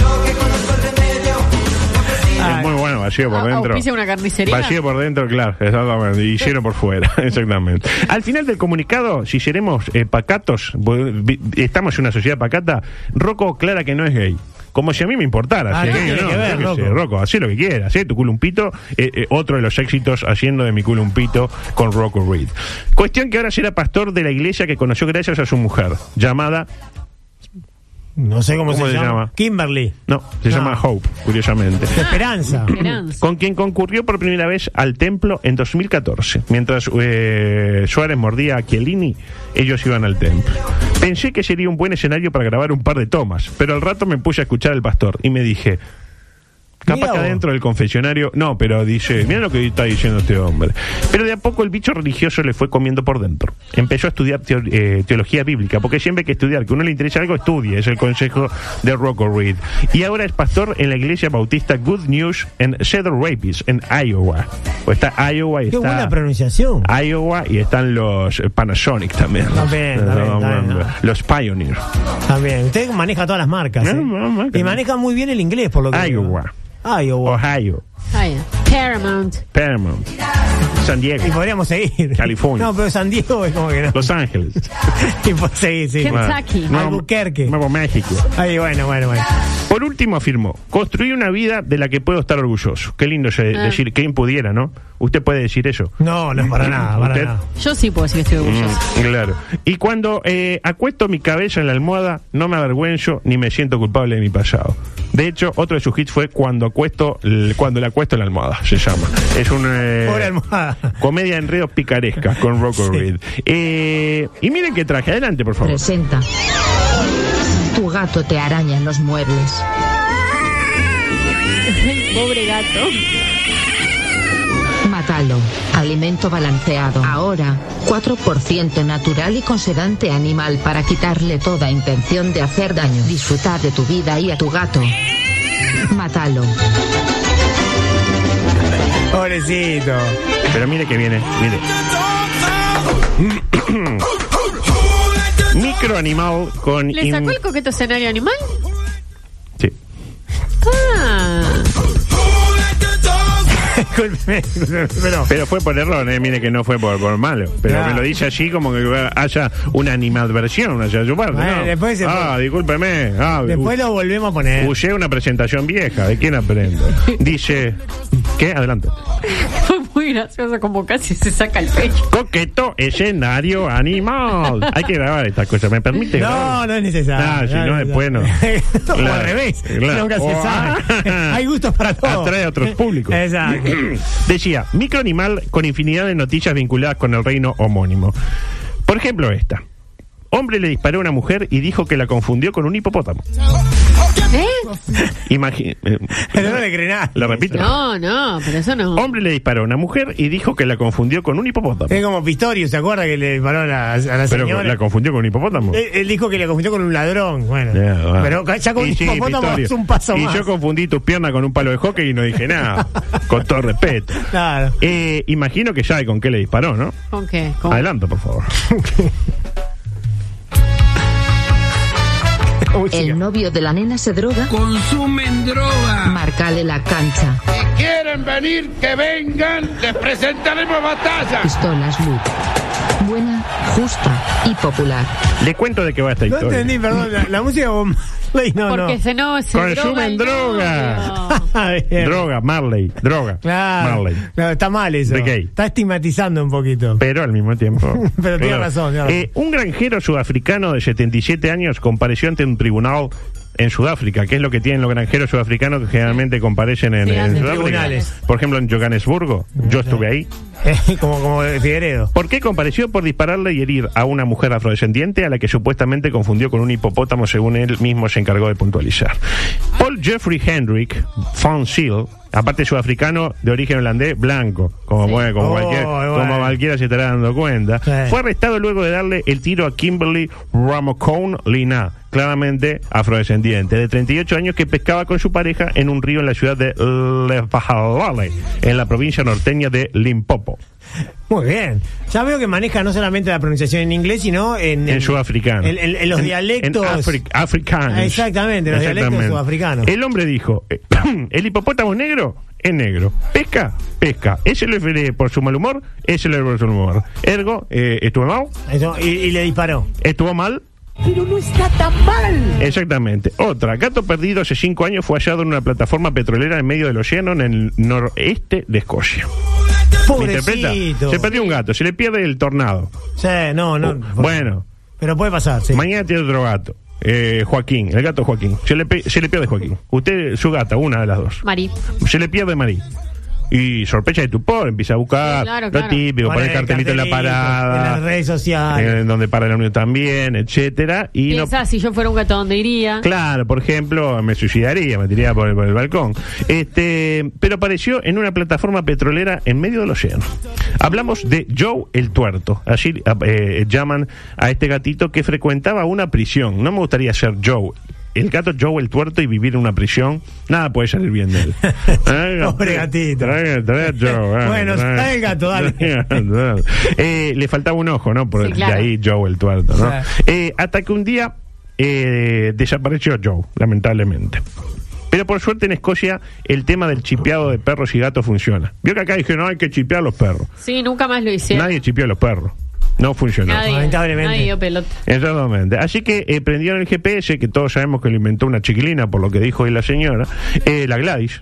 I: Ah,
H: es muy bueno, Vacío por
J: au-
H: Dentro.
J: auspicia una carnicería.
H: Vacío por dentro, claro, exactamente. Y lleno por fuera, exactamente. Al final del comunicado, si seremos eh, pacatos, bo- vi- estamos en una sociedad pacata, Rocco aclara que no es gay. Como si a mí me importara.
I: Ah,
H: si es
I: ¿qué
H: gay o
I: tiene
H: no,
I: que ver,
H: yo qué sé,
I: Rocco?
H: Rocco, hacé lo que quieras, hacé tu culumpito. eh, eh, otro de los éxitos haciendo de mi culumpito con Rocco Reed. Cuestión que ahora será pastor de la iglesia que conoció gracias a su mujer, llamada
I: No sé cómo,
H: ¿Cómo
I: se,
H: se
I: llama.
H: llama?
I: Kimberly.
H: no, se
I: No.
H: llama Hope, curiosamente.
I: Esperanza.
J: esperanza.
H: Con quien concurrió por primera vez al templo en 2014. Mientras eh, Suárez mordía a Chiellini, ellos iban al templo. Pensé que sería un buen escenario para grabar un par de tomas, pero al rato me puse a escuchar al pastor y me dije.
I: Mirá
H: Capaz que
I: vos.
H: adentro del confesionario. No, pero dice, mira lo que está diciendo este hombre. Pero de a poco el bicho religioso le fue comiendo por dentro. Empezó a estudiar teo- eh, teología bíblica, porque siempre hay que estudiar. Que uno le interesa algo, estudie. Es el consejo de Rocco Reed. Y ahora es pastor en la iglesia bautista Good News en Cedar Rapids, en Iowa. O está Iowa y
I: Qué
H: está.
I: buena pronunciación.
H: Ah. Iowa y están los eh, Panasonic también.
I: Está bien, está bien, está bien, ¿no?
H: Los Pioneer.
I: También. Usted maneja todas las marcas.
H: No,
I: ¿eh?
H: no, marca,
I: y
H: no.
I: maneja muy bien el inglés, por lo que. veo.
H: Iowa.
I: Iowa.
H: Ohio.
J: Ay, Paramount.
H: Paramount. San Diego.
I: Y podríamos seguir.
H: California.
I: No, pero San Diego es como que no.
H: Los Ángeles.
I: Y por seguir, sí.
J: Bueno. Kentucky.
I: Albuquerque.
H: Nuevo México.
I: Ahí, bueno, bueno, bueno.
H: Por último afirmó, construí una vida de la que puedo estar orgulloso. Qué lindo se-
J: Ah.
H: decir, que impudiera, ¿no? Usted puede decir eso.
I: No, no, para nada, para
H: ¿Usted?
I: nada.
J: Yo sí puedo decir que estoy orgullosa.
H: Mm, claro. Y cuando eh, acuesto mi cabeza en la almohada, no me avergüenzo ni me siento culpable de mi pasado. De hecho, otro de sus hits fue cuando acuesto, l- cuando la acuesto en la almohada, se llama. Es un eh,
I: Pobre almohada.
H: comedia en redes picarescas con Rocco
I: Sí.
H: Reed. Eh, y miren qué traje, adelante por favor.
E: Presenta. Tu gato te araña en los muebles.
I: Mm.
J: Pobre gato.
E: Matalo. Alimento balanceado. Ahora, 4% natural y con sedante animal para quitarle toda intención de hacer daño. Disfruta de tu vida y a tu gato. Matalo.
I: Pobrecito.
H: Pero mire que viene, mire. Microanimal con...
J: ¿Le sacó
H: in-
J: el coqueto escenario animal?
H: Sí.
J: Ah.
I: discúlpeme, discúlpeme, pero.
H: Pero fue por error, eh, mire que no fue por, por malo. Pero
I: Claro.
H: me lo dice allí como que haya una animadversión hacia su parte.
I: Bueno,
H: ¿no?
I: después se
H: ah,
I: fue.
H: discúlpeme. Ah,
I: Después lo volvemos a poner.
H: Huyé una presentación vieja, ¿de quién aprendo? Dice, ¿qué? Adelante.
J: Fue muy gracioso como casi se saca el pecho.
H: Coqueto escenario animal. Hay que grabar estas cosas, ¿me permite?
I: No,
H: grabar?
I: no es necesario.
H: Ah, si no,
I: es
H: después no.
I: necesario. O
H: Claro,
I: al revés.
H: claro.
I: Nunca
H: O-
I: se sabe. Hay gustos para todo.
H: Atrae a otros públicos.
I: Exacto.
H: Decía, microanimal con infinidad de noticias vinculadas con el reino homónimo. Por ejemplo, esta. Hombre le disparó a una mujer y dijo que la confundió con un hipopótamo. Imagi- eh,
I: ¿Eh? Pero no le cree nada.
H: Lo repito.
J: No, no, pero eso no.
H: Hombre le disparó a una mujer y dijo que la confundió con un hipopótamo.
I: Es como Pistorius, ¿se acuerda que le disparó a la, a la
H: Pero
I: señora?
H: la confundió con un hipopótamo.
I: él, él dijo que la confundió con un ladrón. Bueno,
H: Ya, bueno.
I: pero ca- ya con
H: Y
I: un
H: sí,
I: hipopótamo
H: Vittorio.
I: es un paso
H: y
I: más.
H: yo confundí tus piernas con un palo de hockey y no dije nada. con todo respeto.
I: Claro.
H: Eh, imagino que sabe con qué le disparó, ¿no?
J: ¿Con qué? ¿Con-
H: Adelante, por favor.
E: El novio de la nena se droga.
D: Consumen droga.
E: Marcale la cancha.
C: quieren venir, que vengan, les presentaremos batalla.
E: Pistolas Luke. Buena, justa y popular.
H: Le cuento de qué va esta
I: No
H: historia.
I: entendí, perdón. La, la música Bob Marley, no,
J: Porque
I: no.
J: se no se
H: Consumen droga.
J: droga. el novio.
I: Ah, bien.
H: Droga, Marley. Droga.
I: Claro.
H: Marley.
I: No, está mal eso.
H: De gay.
I: Está estigmatizando un poquito.
H: Pero al mismo tiempo.
I: Pero tiene razón, tiene razón.
H: Eh, un granjero sudafricano de 77 años compareció ante un tribunal en Sudáfrica, que es lo que tienen los granjeros sudafricanos que generalmente comparecen en,
J: Sí,
H: en
J: ante
H: Sudáfrica.
I: tribunales.
H: Por ejemplo, en Johannesburgo. Yo estuve ahí.
I: como, como de Figueredo.
H: ¿Por qué compareció por dispararle y herir a una mujer afrodescendiente a la que supuestamente confundió con un hipopótamo según él mismo se encargó de puntualizar? Paul Jeffrey Hendrick von Seal, aparte sudafricano de origen holandés, blanco, como, bueno, como,
I: Oh,
H: cualquier-
I: bueno.
H: como cualquiera se estará dando cuenta,
I: Sí.
H: fue arrestado luego de darle el tiro a Kimberly Ramocone Lina, claramente afrodescendiente, de 38 años que pescaba con su pareja en un río en la ciudad de Lephalale, en la provincia norteña de Limpopo.
I: Muy bien. Ya veo que maneja no solamente la pronunciación en inglés, sino en.
H: En sudafricano.
I: En, en- en los
H: En-
I: dialectos.
H: En afric- africanos.
I: Ah, exactamente, los dialectos sudafricanos.
H: El hombre dijo: eh, el hipopótamo es negro es negro. Pesca, pesca. Ese lo refiere por su mal humor, ese lo refiere por su mal humor. Ergo, eh, estuvo mal,
I: Eso, y, y le disparó.
H: estuvo mal.
K: Pero no está tan mal.
H: Exactamente. Otra, gato perdido hace cinco años fue hallado en una plataforma petrolera en medio del océano en el noreste de Escocia. ¿Me interpreta?
I: Pobrecito.
H: Se perdió Oh, un gato, se le pierde el tornado.
I: Sí, no, no.
H: Bueno,
I: Pero puede pasar, sí.
H: Mañana tiene otro gato. Eh, Joaquín, el gato Joaquín. Se le, pe- se le pierde Joaquín. Usted, su gata, una de las dos.
J: Mari.
H: Se le pierde Marí. Y sorpresa de estupor, empieza a buscar
J: Sí, claro,
H: lo
J: claro.
H: típico,
I: Poner
H: poner
I: el
H: cartelito en la
I: cartelito,
H: parada, Eh,
I: en las redes sociales.
H: en donde para la unión también, etcétera. Y no,
J: Piensa, si yo fuera un gato, ¿dónde iría?
H: Claro, por ejemplo, me suicidaría, me tiraría por el, por el balcón. Este, pero apareció en una plataforma petrolera en medio del océano. Hablamos de Joe el Tuerto. Allí ah, eh, llaman a este gatito que frecuentaba una prisión. No me gustaría ser Joe. El gato Joe el Tuerto y vivir en una prisión, nada puede salir bien de él.
I: Pobre gatito.
H: Trae- trae a Joe, ah,
I: Bueno,
H: trae-
I: trae el gato, dale.
H: Eh, le faltaba un ojo, ¿no? Por
J: Sí, claro.
H: de ahí Joe el Tuerto, ¿no?
I: Claro.
H: Eh, hasta que un día eh, desapareció Joe, lamentablemente. Pero por suerte en Escocia el tema del chipeado de perros y gatos funciona. Vio que acá dijeron, no hay que chipear a los perros.
J: Sí, nunca más lo hicieron.
H: Nadie chipeó a los perros. No funcionó.
J: Nadie,
I: Lamentablemente.
J: nadie dio pelota.
H: Exactamente. Así que eh, prendieron el GPS, que todos sabemos que lo inventó una chiquilina, por lo que dijo hoy la señora, eh, la Gladys.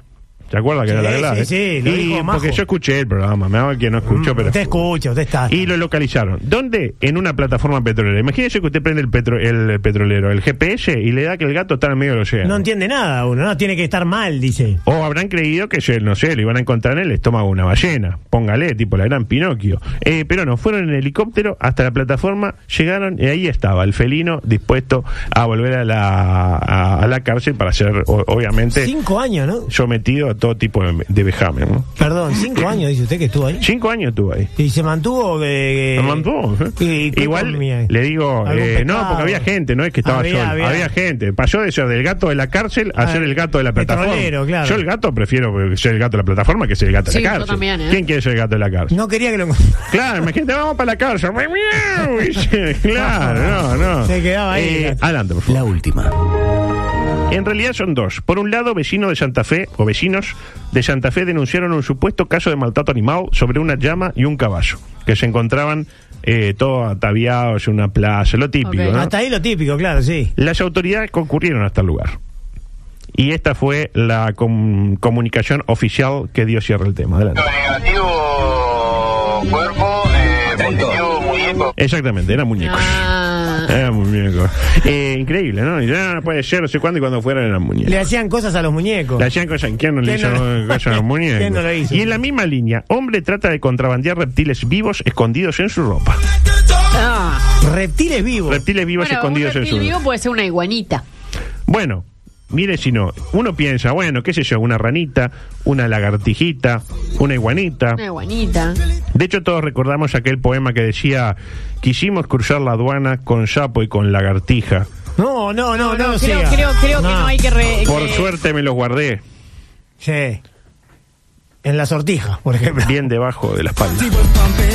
H: ¿Se acuerda que
I: Sí,
H: era la Gladys?
I: sí, sí, lo
H: Y
I: dijo Majo. Mm,
H: porque yo escuché el programa, me hago que no escuchó, pero...
I: Usted escucha, usted está.
H: Y lo localizaron. ¿Dónde? En una plataforma petrolera. Imagínese que usted prende el, petro- el petrolero, el GPS, y le da que el gato está en el medio del océano.
I: No entiende nada uno, no tiene que estar mal, dice.
H: o habrán creído que, se- no sé, le iban a encontrar en el estómago de una ballena. Póngale, tipo la gran Pinocchio. Eh, pero no, fueron en helicóptero hasta la plataforma, llegaron y ahí estaba el felino dispuesto a volver a la, a, a la cárcel para ser, o- obviamente,
I: Cinco años, ¿no?
H: sometido a todo tipo de, de vejamen. ¿no?
I: Perdón, cinco años, dice usted que estuvo ahí.
H: Cinco años tuvo ahí.
I: Y se mantuvo. eh,
H: Lo mantuvo.
I: ¿Y qué
H: Igual
I: comía?
H: le digo,
I: ¿Algún
H: eh, no,
I: pescado?
H: porque había gente, no es que estaba
I: Había,
H: solo. Había.
I: había.
H: gente. Pasó de ser del gato de la cárcel a
I: Ah,
H: ser el gato de la plataforma.
I: petrolero, claro.
H: Yo el gato prefiero ser el gato de la plataforma que ser el gato
J: Sí,
H: de
J: yo
H: la cárcel.
J: también, ¿eh?
H: ¿Quién quiere ser el gato de la cárcel?
I: No quería que lo encontrara.
H: Claro, imagínate, vamos para la cárcel. claro, no, no.
I: Se quedaba ahí el
H: Eh,
I: gato.
H: adelante, por favor.
A: La última.
H: En realidad son dos. Por un lado, vecinos de Santa Fe o vecinos de Santa Fe denunciaron un supuesto caso de maltrato animal sobre una llama y un caballo que se encontraban eh, todos ataviados en una plaza, lo típico.
I: Ok.
H: ¿no?
I: Hasta ahí lo típico, claro, sí.
H: Las autoridades concurrieron hasta el lugar. Y esta fue la com- comunicación oficial que dio cierre el tema. Adelante.
L: Negativo cuerpo, eh, positivo muñeco.
H: Exactamente, eran muñecos.
I: Ah.
J: Ah.
H: Eran muñecos. Eh, increíble, ¿no? Y ya no puede ser, no sé cuándo y cuando fueran eran muñecos.
I: Le hacían cosas a los muñecos.
H: Le hacían cosas, ¿quién no le
I: ¿Quién
H: hizo
I: no lo-
H: cosas a los muñecos?
I: ¿Quién no lo hizo?
H: Y en la misma línea, hombre trata de contrabandear reptiles vivos escondidos en su ropa.
J: Ah.
I: Reptiles vivos.
H: Reptiles vivos
J: Bueno, un
H: escondidos en su
J: reptil
H: ropa.
J: vivo puede ser una iguanita.
H: Bueno, mire si no. Uno piensa, bueno, qué sé yo, una ranita, una lagartijita, una iguanita.
J: Una iguanita.
H: De hecho, todos recordamos aquel poema que decía, quisimos cruzar la aduana con sapo y con lagartija.
I: No, no, no, no,
J: creo,
I: lo siga.
J: creo, creo que
I: No.
J: no hay que... re-
H: Por
J: que-
H: suerte me los guardé
I: Sí. En la sortija, por ejemplo.
H: bien debajo de la espalda.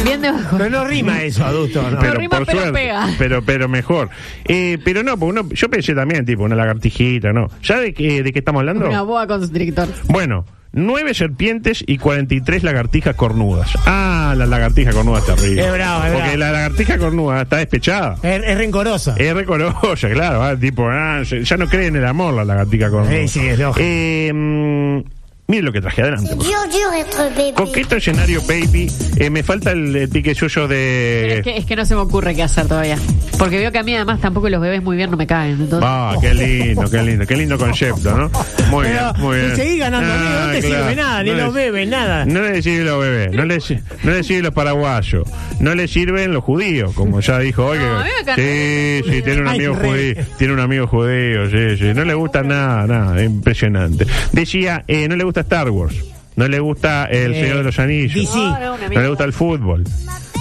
J: Bien debajo.
I: Pero no rima eso, adulto. ¿no?
J: No rima, pero pega.
H: Pero, pero mejor. Eh, pero no, porque uno, yo pensé también, tipo, una lagartijita, ¿no? ¿Sabe qué- de qué estamos hablando?
J: Una boa constrictor.
H: Bueno, nueve serpientes y 43 lagartijas cornudas. Ah, la lagartija cornuda está arriba.
I: Es brava, es
H: Porque la
I: brava.
H: lagartija cornuda está despechada.
I: Es, es rencorosa.
H: Es recorosa, claro. ah, tipo, ah, se- ya no cree en el amor la lagartija cornuda.
I: Sí, sí, es lógico.
H: Eh, mm, mire lo que traje adelante. por favor. Coqueto escenario, baby. Eh, me falta el, eh, pique suyo
J: Pero
H: de...
J: es, que, es que no se me ocurre qué hacer todavía. Porque veo que a mí además tampoco los bebés muy bien no me caen. Entonces,
H: Ah, qué lindo, qué lindo, qué lindo concepto, ¿no? Muy
I: Pero,
H: bien, muy bien. Ah,
I: y seguí ganando, amigo, no te sirve nada, ni
H: le-
I: los bebés, nada.
H: No le sirve los bebés, no le, si- no le sirve los paraguayos, no le sirven los judíos, como ya dijo hoy. que-
J: No, a mí me encanta
H: sí, sí, tiene un
I: Ay,
H: amigo
I: re.
H: judío, tiene un amigo judío, sí, sí. No le gusta nada, nada, impresionante. Decía, eh, no le gusta Star Wars, no le gusta El
I: Eh,
H: Señor de los Anillos,
I: DC.
H: no le gusta el fútbol,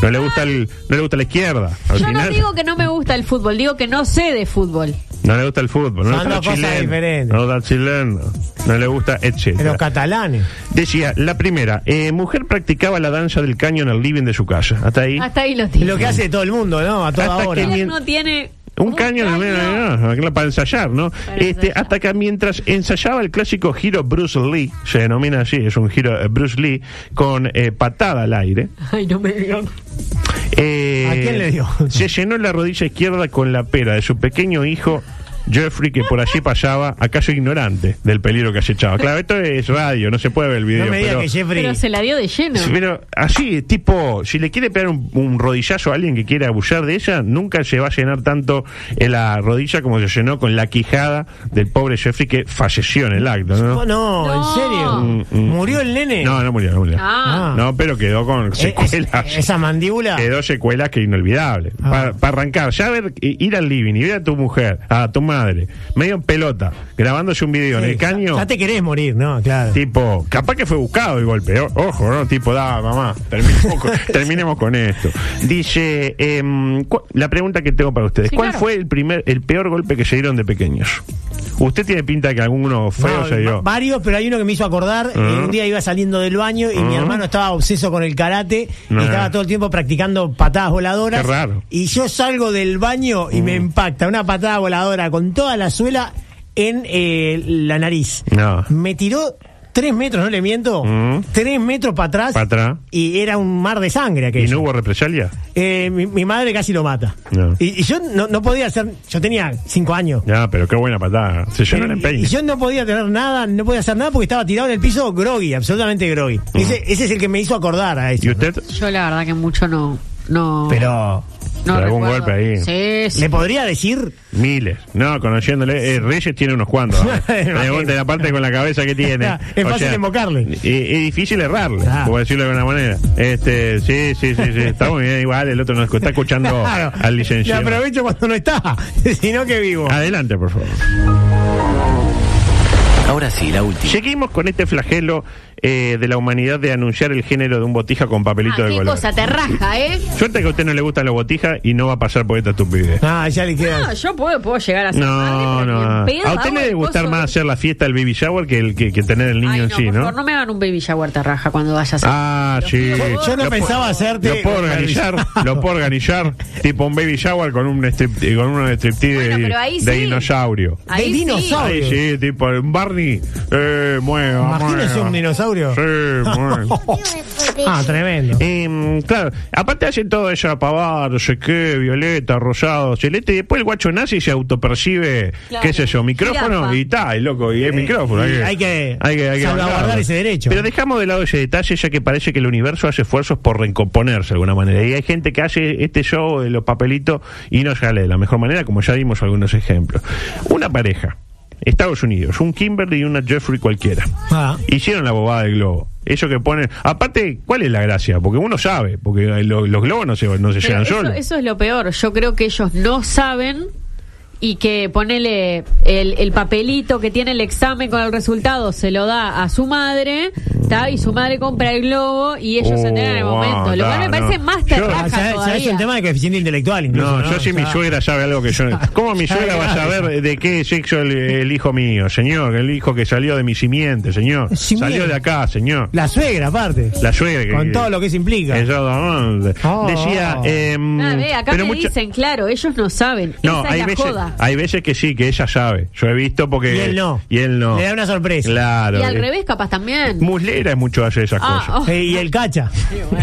H: no le gusta el, no le gusta la izquierda. Al
J: yo no
H: final,
J: digo que no me gusta el fútbol, digo que no sé de fútbol.
H: no le gusta el fútbol, no
I: Son
H: le
I: dos
H: gusta el
I: cosas
H: chileno,
I: diferentes.
H: no le gusta el chileno, no le gusta,
I: De
H: etcétera.
I: los catalanes.
H: Decía, la primera, eh, mujer practicaba la danza del caño en el living de su casa. Hasta ahí.
J: Hasta ahí los
I: Y
J: tiene.
I: Lo que hace todo el mundo, ¿no? A toda
H: Hasta
I: hora.
H: que mi-
J: no tiene
H: un caño en el medio de- ah, claro, para ensayar, ¿no?
J: Para
H: Este,
J: ensayar.
H: Hasta que mientras ensayaba el clásico giro Bruce Lee, se denomina así, es un giro eh, Bruce Lee, con eh, patada al aire.
J: Ay, no me digan.
H: eh,
I: ¿A quién le dio?
H: Se llenó la rodilla izquierda con la pera de su pequeño hijo. Jeffrey, que por allí pasaba, acaso ignorante del peligro que acechaba. Claro, esto es radio, no se puede ver el video.
I: No me digas
H: pero-
I: que Jeffrey.
J: Pero se la dio de lleno.
H: Sí, Pero así, tipo, si le quiere pegar un, un rodillazo a alguien que quiera abusar de ella, nunca se va a llenar tanto en la rodilla como se llenó con la quijada del pobre Jeffrey que falleció en el acto,
I: Oh,
H: ¿no?
I: no,
J: No.
I: en serio.
H: Mm, mm.
I: ¿Murió el nene?
H: No, no murió, no murió.
J: Ah.
H: No, pero quedó con
I: Eh, es-
H: secuelas.
I: esa mandíbula.
H: Quedó secuelas que inolvidables.
I: Ah.
H: Para arrancar, ya ver, i- ir al living y ver a tu mujer, a tu madre, medio en pelota, grabándose un video
I: Sí,
H: en el caño.
I: Ya, ya te querés morir, ¿no, claro.
H: Tipo, capaz que fue buscado el golpe, o- ojo, ¿no? Tipo, da, mamá, terminemos con, terminemos con esto. Dice, em, cu- la pregunta que tengo para ustedes,
J: Sí,
H: ¿cuál
J: claro.
H: fue el primer, el peor golpe que se dieron de pequeños? Usted tiene pinta de que alguno
I: No,
H: feo se dio.
I: va- varios, pero hay uno que me hizo acordar. eh,
H: Ah.
I: un día iba saliendo del baño y mi
H: Ah.
I: hermano estaba obseso con el karate
H: Ah.
I: y estaba todo el tiempo practicando patadas voladoras.
H: Qué raro. Mm.
I: Y yo salgo del baño y me impacta una patada voladora con toda la suela en eh, la nariz.
H: No.
I: Me tiró tres metros, no le miento,
H: Mm.
I: tres metros para atrás.
H: Pa' atrás.
I: Y era un mar de sangre aquello.
H: ¿Y no hubo represalia?
I: Eh, mi, mi madre casi lo mata.
H: No.
I: Y, y yo no, no podía hacer. Yo tenía cinco años.
H: Ya, pero qué buena patada. Se llenó el
I: Pero-
H: empeño.
I: Eh, y yo no podía tener nada, no podía hacer nada porque estaba tirado en el piso groggy, absolutamente groggy. Ese, ese es el que me hizo acordar a eso.
H: ¿Y usted?
J: Yo la verdad que mucho no. no
I: Pero
J: no
H: pero algún
J: recuerdo.
H: golpe ahí.
J: Sí, sí.
I: le podría decir
H: Miles. No, conociéndole. eh, Reyes tiene unos cuantos. ¿eh?
I: Imagino.
H: Me gusta la parte con la cabeza que tiene.
I: Es fácil invocarle. Ah.
H: eh, Es difícil errarle,
I: Claro.
H: por decirlo de alguna manera. Este, sí, sí, sí, sí. Está muy bien. Igual el otro nos está escuchando
I: Claro.
H: al
I: Le
H: licenciado. Ah.
I: aprovecho cuando no está, sino que vivo.
H: Adelante, por favor.
A: Ahora sí, la última.
H: Seguimos con este flagelo eh, de la humanidad de anunciar el género de un botija con papelito
J: Ah,
H: de
J: qué
H: color.
J: cosa, te raja, ¿eh?
H: Suerte que a usted no le gustan las botijas y no va a pasar por esta estupidez.
I: Ah, ya le queda.
J: No, yo puedo, puedo llegar a ser
H: No,
J: madre, pero
H: no.
J: ni en pedo
H: A usted
J: hago
H: le debe
J: el
H: gustar
J: coso
H: más hacer la fiesta del baby shower que, el, que, que tener el niño
J: Ay,
H: en
J: no,
H: sí,
J: por
H: ¿no?
J: favor, no me hagan un baby shower te raja cuando vayas a
H: Ah, sí.
I: Yo no
H: Lo
I: pensaba hacerte.
H: Lo puedo organizar, lo puedo organizar, tipo un baby shower con un striptease, con un striptease
J: Bueno,
H: de,
J: pero ahí
H: de
J: sí.
H: dinosaurio.
J: Ahí
I: de
J: sí.
I: dinosaurio.
H: Ahí sí, tipo un Barney, eh, mueva,
I: Martín es
H: mueva.
I: un dinosaurio.
H: Sí, mueva.
I: ah, tremendo.
H: Em, claro, aparte hacen todo eso apavado, no sé qué, violeta, rosado, celeste, y después el guacho nazi se autopercibe,
J: Claro.
H: qué sé yo, micrófono,
J: Jirafa.
H: y tal, loco, y es micrófono.
I: Eh, y hay que salvaguardar
H: bancarlo.
I: ese derecho.
H: Pero dejamos de lado ese detalle, ya que parece que el universo hace esfuerzos por recomponerse de alguna manera. Y hay gente que hace este show de los papelitos y no sale de la mejor manera, como ya dimos algunos ejemplos. Una pareja, Estados Unidos, un Kimberly y una Jeffrey cualquiera
I: Ah.
H: hicieron la bobada del globo. Eso que ponen. Aparte, ¿cuál es la gracia? Porque uno sabe, porque lo- los globos no se, no se
J: Pero
H: llenan
J: eso,
H: solos.
J: eso es lo peor. Yo creo que ellos no saben y que ponele el, el papelito que tiene el examen con el resultado, se lo da a su madre, ¿tá? y su madre compra el globo y ellos
H: Oh,
J: se enteran en el momento.
H: ah,
J: lo cual
H: tá,
J: me parece
H: no.
J: más
H: Yo-
I: Ah,
J: terraja
I: ya, ya es
J: todavía.
I: un tema de coeficiente intelectual, incluso.
H: No, yo si
I: O
H: mi
I: sea,
H: suegra sabe algo que yo no. ¿Cómo mi
I: Ya
H: suegra va a
I: grave,
H: saber de qué sexo el, el hijo mío, señor? El hijo que salió de mi simiente, señor.
I: Simiente.
H: Salió de acá, señor.
I: La suegra, aparte.
H: La suegra. que-
I: Con todo lo que eso implica.
H: Eso, ah,
I: Oh,
H: Decía.
I: oh.
H: em,
J: Ah, ve, acá
H: pero
J: me
H: mucha-
J: dicen, claro, ellos no saben.
H: No,
J: Esa es
H: hay
J: la
H: veces,
J: joda.
H: hay veces que sí, que ella sabe. Yo he visto porque.
I: Y él no.
H: Y él no.
I: Le da una sorpresa.
H: Claro.
J: y al
H: Eh,
J: revés, capaz también.
H: Muslera es mucho hace esas
J: Ah,
H: cosas.
J: oh.
I: Eh, y el cacha.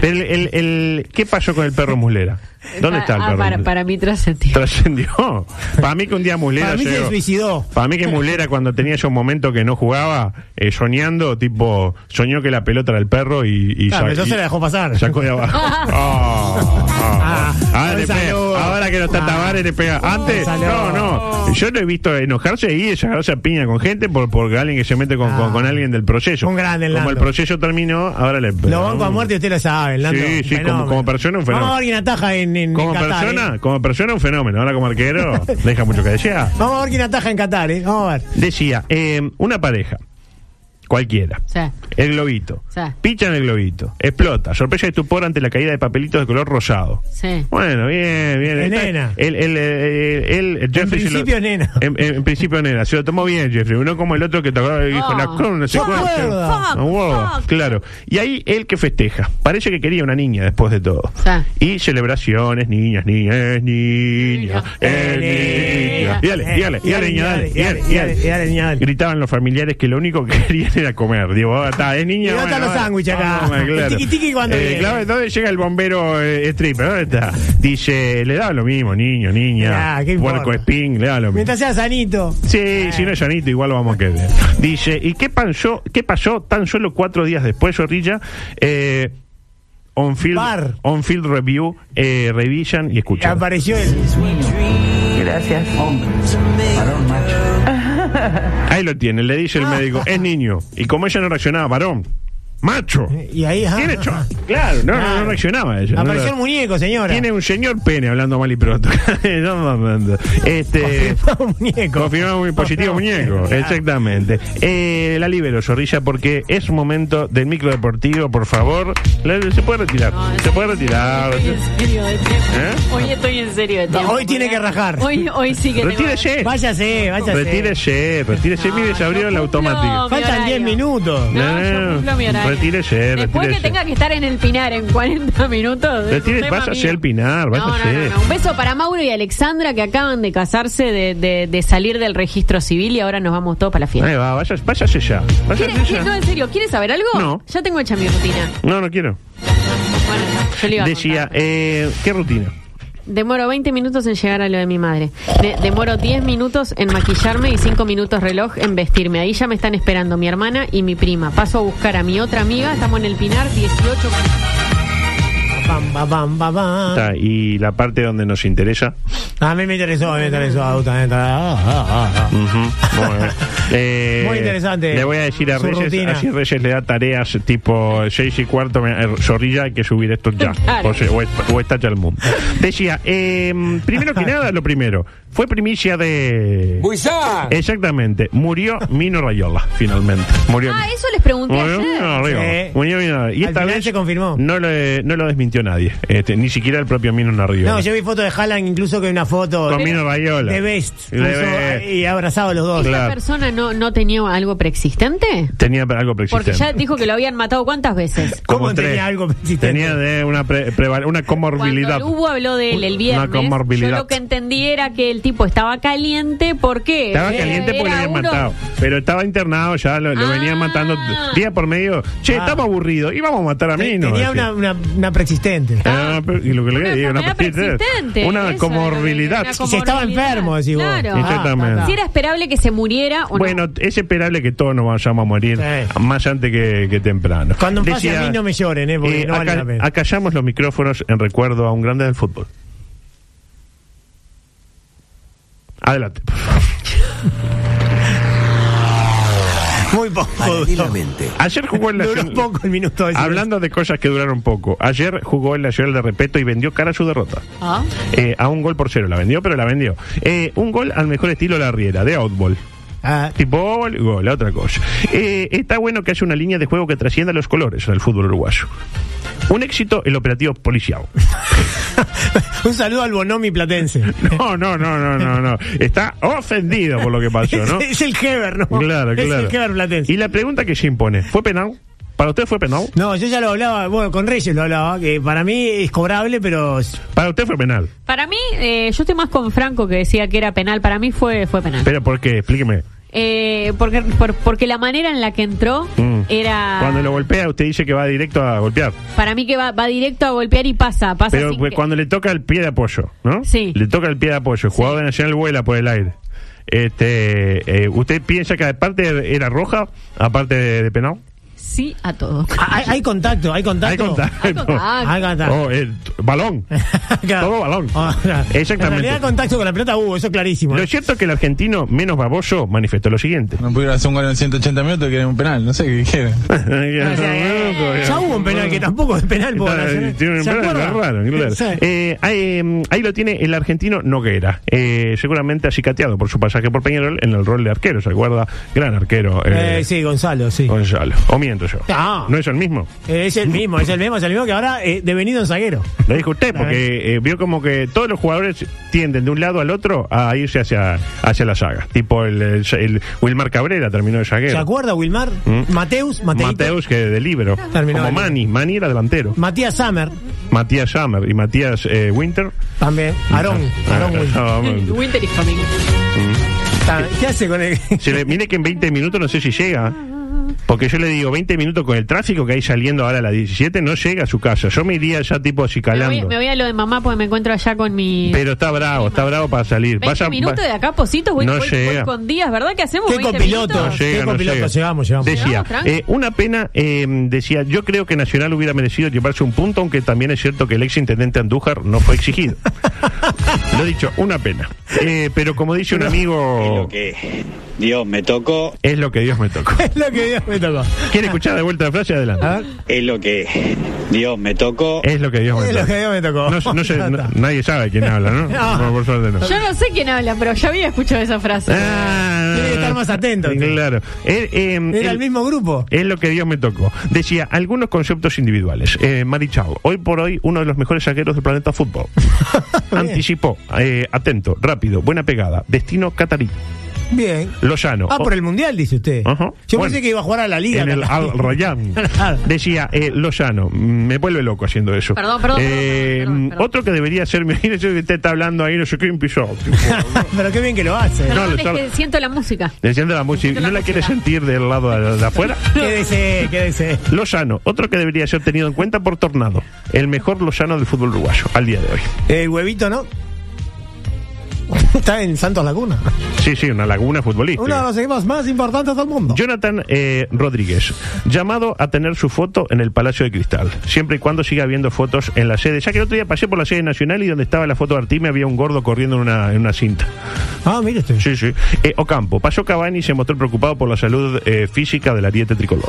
H: Pero el, el- el- ¿Qué pasó con el perro Muslera? ¿Dónde
J: Pa-
H: está el
J: ah,
H: perro?
J: para,
H: Muslera?
J: para mí trascendió.
H: Trascendió. Para mí que un día Muslera
I: Para mí se
H: llegó-
I: suicidó.
H: Para mí que Muslera cuando tenía esos momentos que no jugaba, eh, soñando, tipo, soñó que la pelota era el perro y, y
I: Claro,
H: sa-
I: pero yo
H: y
I: se la dejó pasar.
H: sacó de abajo. Ah, ah,
I: Ah,
H: ah,
I: no
H: le
I: salió.
H: pega. Ahora que no está
I: Ah.
H: Tavares le pega. Antes,
I: salió.
H: no, no. Yo lo he visto enojarse y agarrarse a piña con gente por, por alguien que se mete con,
I: Ah.
H: con, con alguien del proceso.
I: Un grande, el
H: Como el
I: Nando.
H: proceso terminó, ahora le
I: Lo banco a muerte y usted lo sabe, el Nando.
H: Sí, sí, como-
I: Fenómeno.
H: como persona, un fenómeno.
I: Vamos a ver quién ataja en, en
H: Como
I: en Qatar,
H: persona,
I: eh.
H: como persona un fenómeno. Ahora como arquero deja mucho que desear.
I: Vamos a ver quién ataja en Qatar, ¿eh? Vamos a ver.
H: Decía, eh, una pareja, cualquiera.
J: Sí.
H: El globito.
J: Sí.
H: Pichan el globito. Explota. Sorpresa y estupor ante la caída de papelitos de color rosado.
J: Sí.
H: Bueno, bien, bien.
I: Es
H: Está-
I: nena.
H: El, el, el- el- el Jeffrey se lo-
I: principio es nena.
H: En, en- en principio nena. Se lo tomó bien Jeffrey. Uno como el otro que tocaba y dijo,
J: Oh.
H: la con, no sé
I: Fuck,
H: cuánto.
I: fuck,
H: No, wow,
J: fuck.
H: Claro. Y ahí él que festeja. Parece que quería una niña después de todo.
J: Sí.
H: Y celebraciones, niñas, niñas, niñas, eh, niñas. Dígale, dígale, dígale, niña, dale, dígale,
I: eh, Dígale, dígale, niña, dale.
H: Gritaban los familiares que lo único que querían era comer. Digo, ah, está, es niña.
I: Y no están los
H: vale.
I: sándwiches acá.
H: Vamos,
I: El
H: claro.
I: tiqui-tiqui cuando
H: Eh,
I: viene.
H: claro, ¿dónde llega el bombero eh, stripper? ¿Dónde está? Dice, le da lo mismo, niño, niña.
I: Ah, ¿qué importa?
H: Puerco espín, le da lo mismo.
I: Mientras sea sanito.
H: Sí, si no es llanito, igual lo vamos a querer. Dice, ¿y qué pasó, qué pasó tan solo cuatro días después, Zorrilla? Eh, on, field,
I: Bar.
H: on Field Review, eh, revisan y escuchan.
I: Apareció el.
H: Ahí lo tiene, le dice el
I: Ah.
H: médico, es niño. Y como ella no reaccionaba, varón, macho.
I: Y ahí. ah,
H: Tiene cho- Claro, no, no, no reaccionaba ella. no
I: Apareció
H: la-
I: el muñeco, señora.
H: Tiene un señor pene hablando mal y pronto. No, no, no. este.
I: un muñeco.
H: Confirmado muy positivo, muñeco. Exactamente. Eh, la libero, Zorrilla, porque es momento del micro deportivo, por favor. La- se puede retirar. se puede retirar.
J: Hoy estoy en serio de tiempo.
H: ¿Eh?
J: Hoy estoy en serio de tiempo.
I: Hoy tiene que rajar.
J: Hoy, hoy sí que tengo-
H: Retírese.
I: Váyase, váyase.
H: Retírese, retírese.
J: No,
H: Mire, este se
J: yo
H: abrió Eh, la
J: cumplo
H: automática.
J: mi
I: Faltan
J: horario.
I: 10 minutos.
J: No,
H: No,
J: yo cumplo mi horario.
H: retírese,
J: Después
H: retírese.
J: que tenga que estar en el Pinar en 40 minutos. es un
H: Retire-
J: tema
H: váyase
J: mío.
H: al Pinar,
J: No, no,
H: váyase.
J: no, no. Un beso para Mauro y Alexandra que acaban de casarse, de, de- de salir del registro civil y ahora nos vamos todos para la fiesta.
H: Ahí va, váyase, váyase ya.
J: ¿Quiere-
H: Váyase
J: quiere- no,
H: ya.
J: en serio, ¿quieres saber algo?
H: No.
J: Ya tengo hecha mi rutina.
H: No, no quiero.
J: Bueno, yo le iba a
H: Decía,
J: contar.
H: eh, ¿qué rutina?
J: Demoro 20 minutos en llegar a lo de mi madre. De- demoro 10 minutos en maquillarme y 5 minutos reloj en vestirme. Ahí ya me están esperando mi hermana y mi prima. Paso a buscar a mi otra amiga. Estamos en el Pinar, 18
I: Pam, pam, pam, pam, pam.
J: Ah.
H: Está, y la parte donde nos interesa,
I: A mí me interesó, me interesó. absolutamente. Ah, ah, ah, ah.
H: Ujú, muy bien. Eh,
I: Muy interesante
H: Le voy a decir a
I: su
H: Reyes,
I: rutina.
H: así Reyes le da tareas tipo 6 y cuarto, me- eh, zorrilla, hay que subir esto ya.
M: Claro.
H: O, se- o, est- o está ya el mundo. Decía, eh, primero que nada, lo primero, fue primicia de...
N: Eh,
M: Buizán.
H: Exactamente, murió Mino Rayola, finalmente. Murió.
O: Ah, eso les pregunté
H: Murió Mino
O: ayer.
H: Raiola.
I: Sí.
H: Murió Mino Raiola. Y
I: Al
H: esta
I: final
H: vez
I: se confirmó.
H: No, lo, no lo desmintió nadie, este, ni siquiera el propio Mino Rayola.
I: No, yo vi fotos de Haaland, incluso que hay una foto.
H: Con
I: de-
H: Mino Raiola.
I: De Best.
H: De
I: Puso-
H: Best.
I: Y abrazado a los dos.
J: ¿Esta persona no, no tenía algo preexistente?
H: Tenía algo preexistente.
J: Porque ya dijo que lo habían matado cuántas veces.
H: Como
I: ¿Cómo tenía algo preexistente?
H: Tenía de una, pre- preval- una comorbilidad.
J: Cuando Lugo habló de él el viernes,
H: Una comorbilidad.
J: yo lo que entendí era que el tipo estaba caliente porque
H: Estaba caliente porque lo habían matado. Pero estaba internado ya, lo, lo
J: Ah.
H: venían matando día por medio. Che,
I: Ah.
H: estamos aburridos. Y vamos a matar a mí,
I: Te- Tenía una, una, una preexistente.
H: Ah, y lo que le digo, una,
J: enfermedad
H: persiste-
J: persistente,
H: una
J: eso es
H: comorbilidad.
J: lo que- una
I: Si estaba enfermo, decís vos. Ah,
J: Claro.
H: Exactamente.
J: Si era esperable que se muriera o no.
H: Bueno, es esperable que todos nos vayamos a morir más antes que, que temprano.
I: Cuando pase a mí no me lloren, eh, porque
H: eh,
I: no vale
H: aca-
I: la pena.
H: acallamos los micrófonos en recuerdo a un grande del fútbol. Adelante.
I: Muy poco.
A: Paralelamente.
H: Ayer jugó en la
I: Duró
H: Nacional-
I: poco el minuto. de silencio.
H: Hablando de cosas que duraron poco, ayer jugó el Nacional de Repeto y vendió cara a su derrota.
J: Ah.
H: Eh, a un gol por cero la vendió, pero la vendió. Eh, un gol al mejor estilo La Riera, de outball.
I: Ah,
H: Tipo gol, gol, otra cosa. Eh, está bueno que haya una línea de juego que trascienda los colores en el fútbol uruguayo. Un éxito el operativo policial.
I: un saludo al Bonomi Platense.
H: No, no, no, no, no, no. Está ofendido por lo que pasó, ¿no?
I: es, es el Heber, ¿no?
H: Claro,
I: Es
H: claro.
I: el Heber Platense.
H: Y la pregunta que se impone, ¿fue penal? ¿Para usted fue penal?
I: No, yo ya lo hablaba, bueno, con Reyes lo hablaba, que para mí es cobrable, pero
H: Para usted fue penal.
J: Para mí, eh, yo estoy más con Franco que decía que era penal. Para mí fue, fue penal.
H: Pero ¿por qué? Explíqueme.
J: Eh, porque, por- porque la manera en la que entró
H: Mm.
J: era.
H: Cuando lo golpea, usted dice que va directo a golpear.
J: Para mí que va, va directo a golpear y pasa. pasa
H: Pero
J: sin
H: pues,
J: que-
H: cuando le toca el pie de apoyo, ¿no?
J: Sí.
H: Le toca el pie de apoyo. El jugador de Nacional vuela por el aire. Este, eh, ¿Usted piensa que aparte era roja, aparte de, de penal?
J: Sí, a todo.
I: Ah, hay, hay contacto, hay contacto.
H: Hay contacto.
J: Hay contacto.
I: Hay contacto.
H: Oh, el t- balón.
I: Claro.
H: Todo balón.
I: Ah, claro. En
H: Exactamente.
I: realidad contacto con la pelota hubo, eso es clarísimo. ¿eh?
H: Lo cierto es que el argentino menos baboso manifestó lo siguiente.
N: No pudieron hacer un gol en 180 minutos, quieren un penal, no sé qué quieren.
I: Ah, Ya hubo un penal que tampoco es penal. por
H: Claro,
I: Nacional.
H: eh, tiene un
I: ¿Se
H: plan,
I: acuerda?
H: es raro, claro.
I: Sí.
H: Eh, ahí, mm, ahí lo tiene el argentino Noguera, eh, seguramente acicateado por su pasaje por Peñarol en el rol de arquero, ¿se acuerda? Gran arquero. eh,
I: Eh, sí, Gonzalo, sí.
H: Gonzalo. O miento yo.
I: Ah.
H: ¿No es el mismo?
I: Eh, es el mismo, es el mismo, es el mismo que ahora eh, devenido en zaguero.
H: Lo dijo usted,
I: Ah,
H: porque eh, vio como que todos los jugadores tienden de un lado al otro a irse hacia, hacia la saga. Tipo el, el- el Wilmar Cabrera terminó de zaguero.
I: ¿Se acuerda, Wilmar?
H: Mm.
I: Mateus, Mateito. Ah,
H: Mateus, que de libero.
I: Terminó
H: como
I: de
H: Mani. Mani era delantero.
I: Matías Summer,
H: Matías Summer y Matías eh, Winter. Ah,
I: también. Aarón, Aarón Wilmar.
H: Wilter.
J: Winter y familia.
I: Ta- ¿Qué hace con el.?
H: Se le- mire que en 20 minutos no sé si llega. Porque yo le digo, 20 minutos con el tráfico que hay saliendo ahora a las 17, no llega a su casa. Yo me iría ya
J: Me
H: tipo
J: voy,
H: acicalando.
J: me voy a lo de mamá porque me encuentro allá con mi.
H: Pero está bravo, está bravo para salir.
J: 20
H: Vaya- va-
J: minutos de acá, Positos, voy,
H: No
J: voy- voy
H: llega.
J: con días, ¿verdad? ¿Qué hacemos? este
I: ¿Qué
J: 20
I: copiloto?
J: minutos?
H: No llega,
I: ¿Qué
H: no
I: copiloto?
H: llega.
I: Llegamos, llegamos.
H: Decía,
J: Llegamos, tranqui.
H: eh, una pena, eh, decía, yo creo que Nacional hubiera merecido llevarse un punto, aunque también es cierto que el ex intendente Andújar no fue exigido. Lo he dicho, una pena. Eh, pero como dice un amigo,
P: Dios, me tocó.
H: es lo que Dios me tocó.
I: Es lo que Dios me tocó.
H: ¿Quiere escuchar de vuelta la frase? Adelante.
I: A ver,
P: Es lo que Dios me tocó.
H: Es lo que Dios me
I: es lo que
H: tocó.
I: Dios me tocó.
H: No, no sé, no- nadie sabe quién habla, ¿no?
I: No.
H: No, por suerte no.
J: Yo no sé quién habla, pero ya había escuchado esa frase.
H: Ah,
I: Tiene que estar más atento.
H: Claro. Eh, eh,
I: Era
H: eh,
I: el mismo grupo.
H: Es lo que Dios me tocó. Decía, algunos conceptos individuales. Eh, Marichal, hoy por hoy uno de los mejores saqueros del planeta fútbol. Anticipó, eh, atento, rápido, buena pegada. Destino catarí.
I: Bien.
H: Lozano.
I: Ah, por
H: Oh,
I: el mundial, dice usted.
H: Ajá.
I: Yo
H: Bueno.
I: pensé que iba a jugar a la liga.
H: Oh, En el
I: capaz.
H: Al Rayyan.
I: Claro.
H: Decía, eh, Lozano, me vuelve loco haciendo eso.
J: Perdón, perdón,
H: Eh, Otro que debería ser, mire, yo que usted está hablando ahí, no sé qué empezó.
I: Pero qué bien que lo hace.
J: Perdón,
H: no,
J: es
H: lo-
J: que siento la música.
H: Diciendo la música, ¿no la quiere sentir del lado de, de afuera?
I: Quédese, quédese.
H: Lozano, otro que debería ser tenido en cuenta por Tornado, el mejor Lozano del fútbol uruguayo al día de hoy.
I: El huevito, ¿no? Está en Santos Laguna.
H: Sí, sí, una laguna futbolística.
I: Uno de los equipos más importantes del mundo.
H: Jonathan eh, Rodríguez, llamado a tener su foto en el Palacio de Cristal, siempre y cuando siga habiendo fotos en la sede. Ya que el otro día pasé por la sede nacional y donde estaba la foto de Artime había un gordo corriendo en una, en una cinta.
I: Ah, mire usted.
H: Sí, sí. Eh, Ocampo, pasó Cavani y se mostró preocupado por la salud eh, física del ariete tricolor.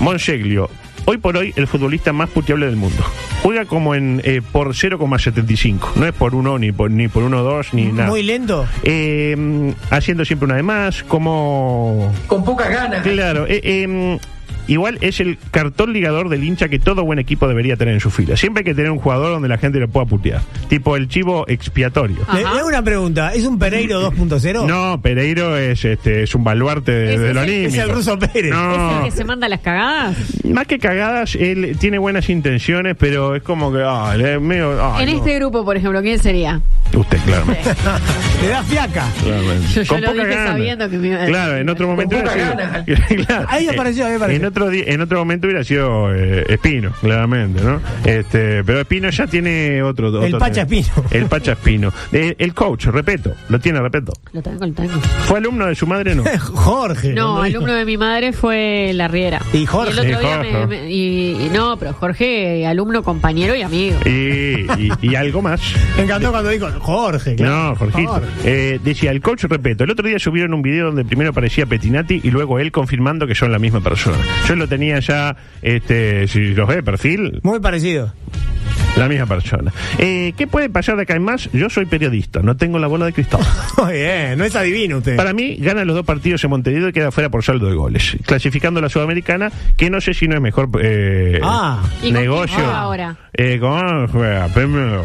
H: Monseglio, hoy por hoy el futbolista más puteable del mundo. Juega como en eh, por 0,75. No es por 1 ni por ni por 1,2 ni nada.
I: Muy lento.
H: Eh, haciendo siempre una de más, como...
G: Con pocas ganas.
H: Claro. eh, eh, Igual es el cartón ligador del hincha que todo buen equipo debería tener en su fila. Siempre hay que tener un jugador donde la gente lo pueda putear. Tipo el chivo expiatorio.
I: Le, le hago una pregunta. ¿Es un Pereiro 2.0?
H: No, Pereiro es este es un baluarte de,
J: Ah, Ese
H: de lo
J: es el-
H: anímico.
I: Es el ruso Pérez.
J: ¿Es el
H: No.
J: que se manda las cagadas?
H: Más que cagadas, él tiene buenas intenciones, pero es como que. ah, le- medio- ah,
J: en
H: no.
J: este grupo, por ejemplo, ¿quién sería?
H: Usted, claramente.
I: Le da fiaca.
H: Claramente.
J: Yo, yo
H: Ah, Con
J: lo
H: poca
J: dije
H: gana.
J: sabiendo que me iba a decir.
H: Claro, en otro momento
G: poca
H: hubiera
G: gana.
H: sido. Claro.
I: Ahí apareció, ahí apareció.
H: En otro, di- en otro momento hubiera sido eh, Espino, claramente, ¿no? Este, pero Espino ya tiene otro. otro
I: El Pacha
H: nivel.
I: Espino.
H: El Pacha Espino. Eh, el coach, repito, lo tiene, repito.
J: Lo tengo, lo tengo.
H: ¿Fue alumno de su madre? No.
I: Jorge.
J: No,
I: Cuando
J: alumno de mi madre fue la Riera.
I: Y Jorge.
J: Y el otro día
H: Y
J: me-
H: Jorge.
J: me- y- y no, pero Jorge, alumno, compañero y amigo.
H: Y, y- y algo más.
I: dijo- Me encantó cuando dijo Jorge. claro.
H: No, Jorgito.
I: Jorge.
H: Eh, decía, el coach, repito, el otro día subieron un video donde primero aparecía Petinati y luego él confirmando que son la misma persona. Yo lo tenía ya, este, si los ve de perfil,
I: Muy parecido.
H: La misma persona. Eh, ¿Qué puede pasar de acá en más? Yo soy periodista, no tengo la bola de cristal.
I: Muy bien. No es adivino usted.
H: Para mí, gana los dos partidos en Montevideo y queda fuera por saldo de goles. Clasificando a la Sudamericana, que no sé si no es mejor eh,
I: Ah.
J: ¿Y con
H: negocio.
J: quién juega ahora?
H: Eh, ¿Cómo juega? Primero.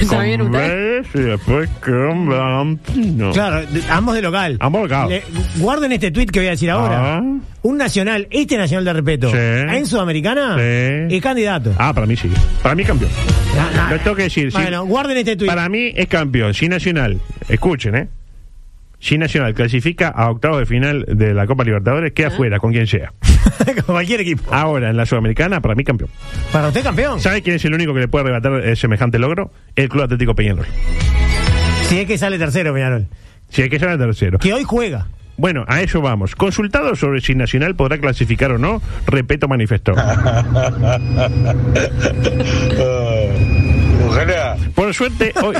J: ¿Está bien
H: con
J: usted?
H: Vélez y después con Valentino.
I: Claro, de- ambos de local.
H: Ambos de local.
I: Le- guarden este tweet que voy a decir ahora.
H: Ah.
I: Un nacional, este nacional de respeto,
H: Sí.
I: en Sudamericana,
H: Sí.
I: es candidato.
H: Ah, para mí sí. Para mí campeón.
I: Ah,
H: Lo tengo que decir. sí.
I: Bueno, guarden este tweet.
H: Para mí es campeón. Si Nacional, escuchen, ¿eh? Si Nacional clasifica a octavos de final de la Copa Libertadores,
I: Ah.
H: queda fuera con quien sea.
I: Con cualquier equipo.
H: Ahora, en la Sudamericana, para mí campeón.
I: Para usted, campeón.
H: ¿Sabe quién es el único que le puede arrebatar eh, semejante logro? El Club Atlético Peñarol.
I: Si es que sale tercero, Peñarol.
H: Si hay que ser el tercero.
I: Que hoy juega.
H: Bueno, a eso vamos. Consultado sobre si Nacional podrá clasificar o no, Repeto manifestó.
L: Ojalá.
H: Por suerte, hoy...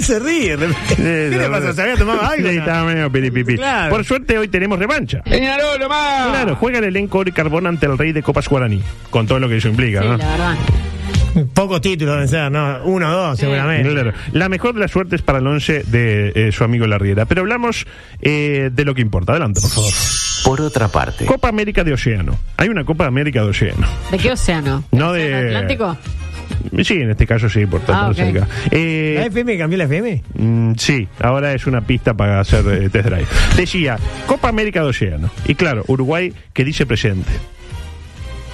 I: Se ríe. de- ¿Qué le pasa? ¿Se había tomado algo?
H: Sí, estaba medio piripipí.
I: Claro.
H: Por suerte, hoy tenemos revancha.
C: Peñarol nomás.
H: Claro, juega el elenco Ori Carbón ante el rey de Copas Guaraní, con todo lo que eso implica,
J: Sí,
H: ¿no?
J: la verdad.
I: Pocos títulos deben ser, ¿no? Uno o dos, seguramente.
H: Claro. La mejor de las suertes para el once de eh, su amigo La Riera. Pero hablamos eh, de lo que importa. Adelante, por favor.
A: Por otra parte,
H: Copa América de Océano. Hay una Copa América de Océano.
J: ¿De qué océano?
H: No de-
J: ¿Atlántico?
H: Sí, en este caso sí, por tanto.
J: Ah, ok.
H: cerca. Eh,
I: ¿La FM cambió la FM?
H: Mm, sí, ahora es una pista para hacer eh, test drive. Decía, Copa América de Océano. Y claro, Uruguay que dice presente.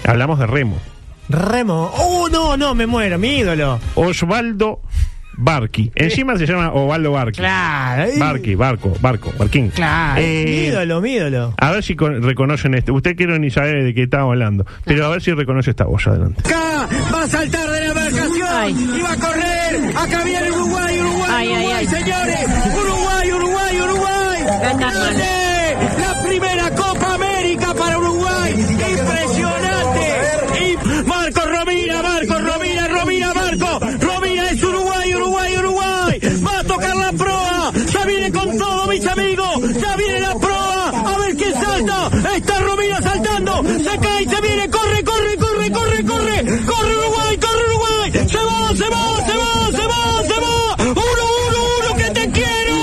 H: Hablamos de remo.
I: Remo. ¡Oh, no, no! Me muero, mi ídolo.
H: Osvaldo Barqui. Encima se llama Osvaldo Barqui.
I: Claro. y-
H: Barqui, barco, barco, barquín.
I: Claro.
H: Eh,
I: mi ídolo, mi ídolo.
H: a ver si con- reconocen este. Usted quiere ni saber de qué estaba hablando, pero a ver si reconoce esta voz. Adelante.
G: Acá va a saltar de la embarcación
J: Ay.
G: y va a correr. Acá viene Uruguay, Uruguay,
J: Ay, ay,
G: Uruguay,
J: ay.
G: señores. Uruguay, Uruguay, Uruguay.
J: Ganan.
G: ¡Grande! La primera Copa América para Uruguay. Impresionante. Y Marco Romina, Marco Romina, Romina, Marco. Romina es Uruguay, Uruguay, Uruguay. Va a tocar la proa. Ya viene con todo, mis amigos. Ya viene la proa. A ver quién salta. Está Romina saltando. Se cae, se viene. Corre, corre, corre, corre, corre. Corre Uruguay, corre Uruguay. Se va, se va, se va, se va, se va. Uno, uno, uno, que te quiero.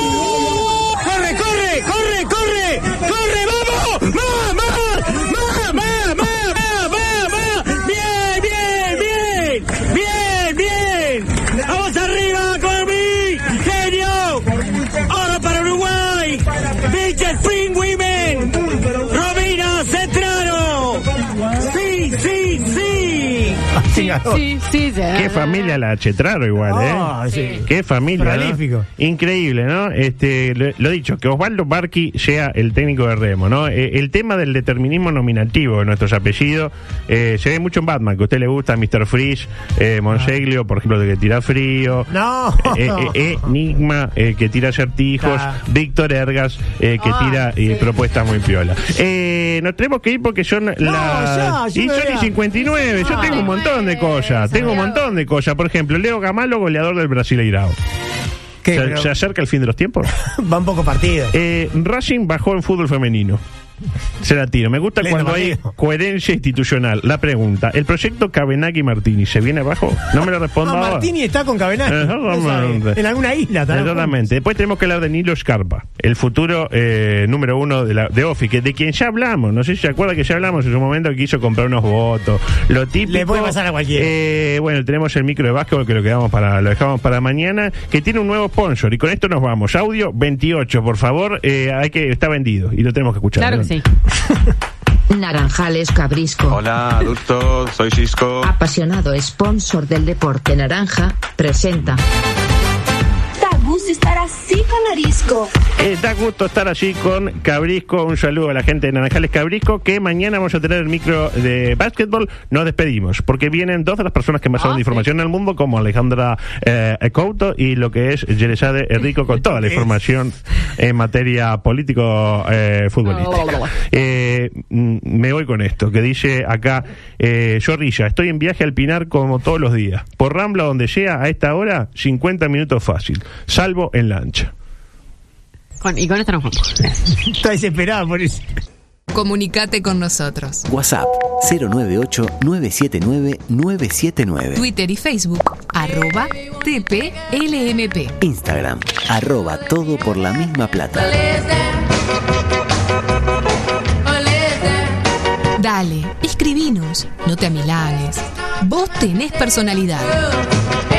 G: Corre, corre, corre, corre. Corre, vamos. Mamá, mamá, mamá, mamá. Bien, bien, bien. Bien, bien. Vamos arriba con mí. Genio. Ahora para Uruguay. Beach Spring Women. Romina Cetrano. Sí, sí, sí.
I: Sí, comunicador.
J: Sí, sí, ya.
H: Oh, Qué familia la Chetraro igual,
I: No,
G: Ah,
H: ¿eh?
I: sí.
H: Qué familia. ¿no?
I: Oh. Prolífico.
H: Increíble, ¿no? Este, lo, lo dicho, que Osvaldo Barqui sea el técnico de Remo, ¿no? Eh, el tema del determinismo nominativo de nuestros apellidos eh, se ve mucho en Batman, que a usted le gusta Mr. Freeze, eh, Monseglio, por ejemplo, de que tira frío.
I: No.
H: Eh, eh, Enigma, eh, que tira acertijos.
I: Ta.
H: Víctor Ergas, eh, que
I: Ah,
H: tira eh, propuestas muy piola. Eh, nos tenemos que ir porque son
I: ya,
H: las.
I: yo
H: y
I: me
H: son
I: voy
H: y
I: a-
H: 59. Yo tengo un montón de cosas. Tengo un montón de cosas. Por ejemplo, Leo Gamalo, goleador del Brasileirao.
I: ¿Qué?
H: ¿Se,
I: Pero
H: se acerca el fin de los tiempos?
I: Van pocos partidos.
H: Eh, Racing bajó en fútbol femenino. Se la tiro. Me gusta
I: Lindo
H: cuando hay
I: partido.
H: coherencia institucional. La pregunta: ¿el proyecto Cabenagui Martini se viene abajo? No Eh, me lo respondo
I: Ah,
H: ahora.
I: Martini está con Cabenaghi.
H: Exactamente.
I: No sabe. En alguna isla también.
H: Exactamente. Después tenemos que hablar de Nilo Scarpa, el futuro eh, número uno de, la, de Ofi, que de quien ya hablamos. No sé si se acuerda que ya hablamos en su momento que quiso comprar unos votos. Lo típico.
I: Le puede pasar a cualquiera.
H: Eh, bueno, tenemos el micro de básquetbol que lo, quedamos para, lo dejamos para mañana, que tiene un nuevo sponsor. Y con esto nos vamos. Audio 28, por favor. eh, hay que Está vendido y lo tenemos que escuchar.
J: Claro que sí.
E: Naranjales Cabrisco.
P: Hola, adulto, soy Cisco.
E: Apasionado sponsor del deporte naranja, presenta.
K: Da gusto estar así con Arisco.
H: Eh, da gusto estar allí con Cabrisco. Un saludo a la gente de Naranjales Cabrisco, que mañana vamos a tener el micro de básquetbol. Nos despedimos, porque vienen dos de las personas que más saben de información en el mundo, como Alejandra eh, Couto y lo que es Yerezade Rico, con toda la información en materia eh, político-futbolística. Eh, mm, me voy con esto, que dice acá, eh, yo Rilla, estoy en viaje al Pinar como todos los días. Por Rambla, donde sea, a esta hora, 50 minutos fácil, salvo en lancha.
J: Con- y con esto nos vamos.
I: Está desesperado por eso.
B: Comunicate con nosotros.
A: WhatsApp 098-979-979.
B: Twitter y Facebook, arroba TPLMP.
A: Instagram, arroba todo por la misma plata.
B: Dale, escribinos, no te amilanes. Vos tenés personalidad.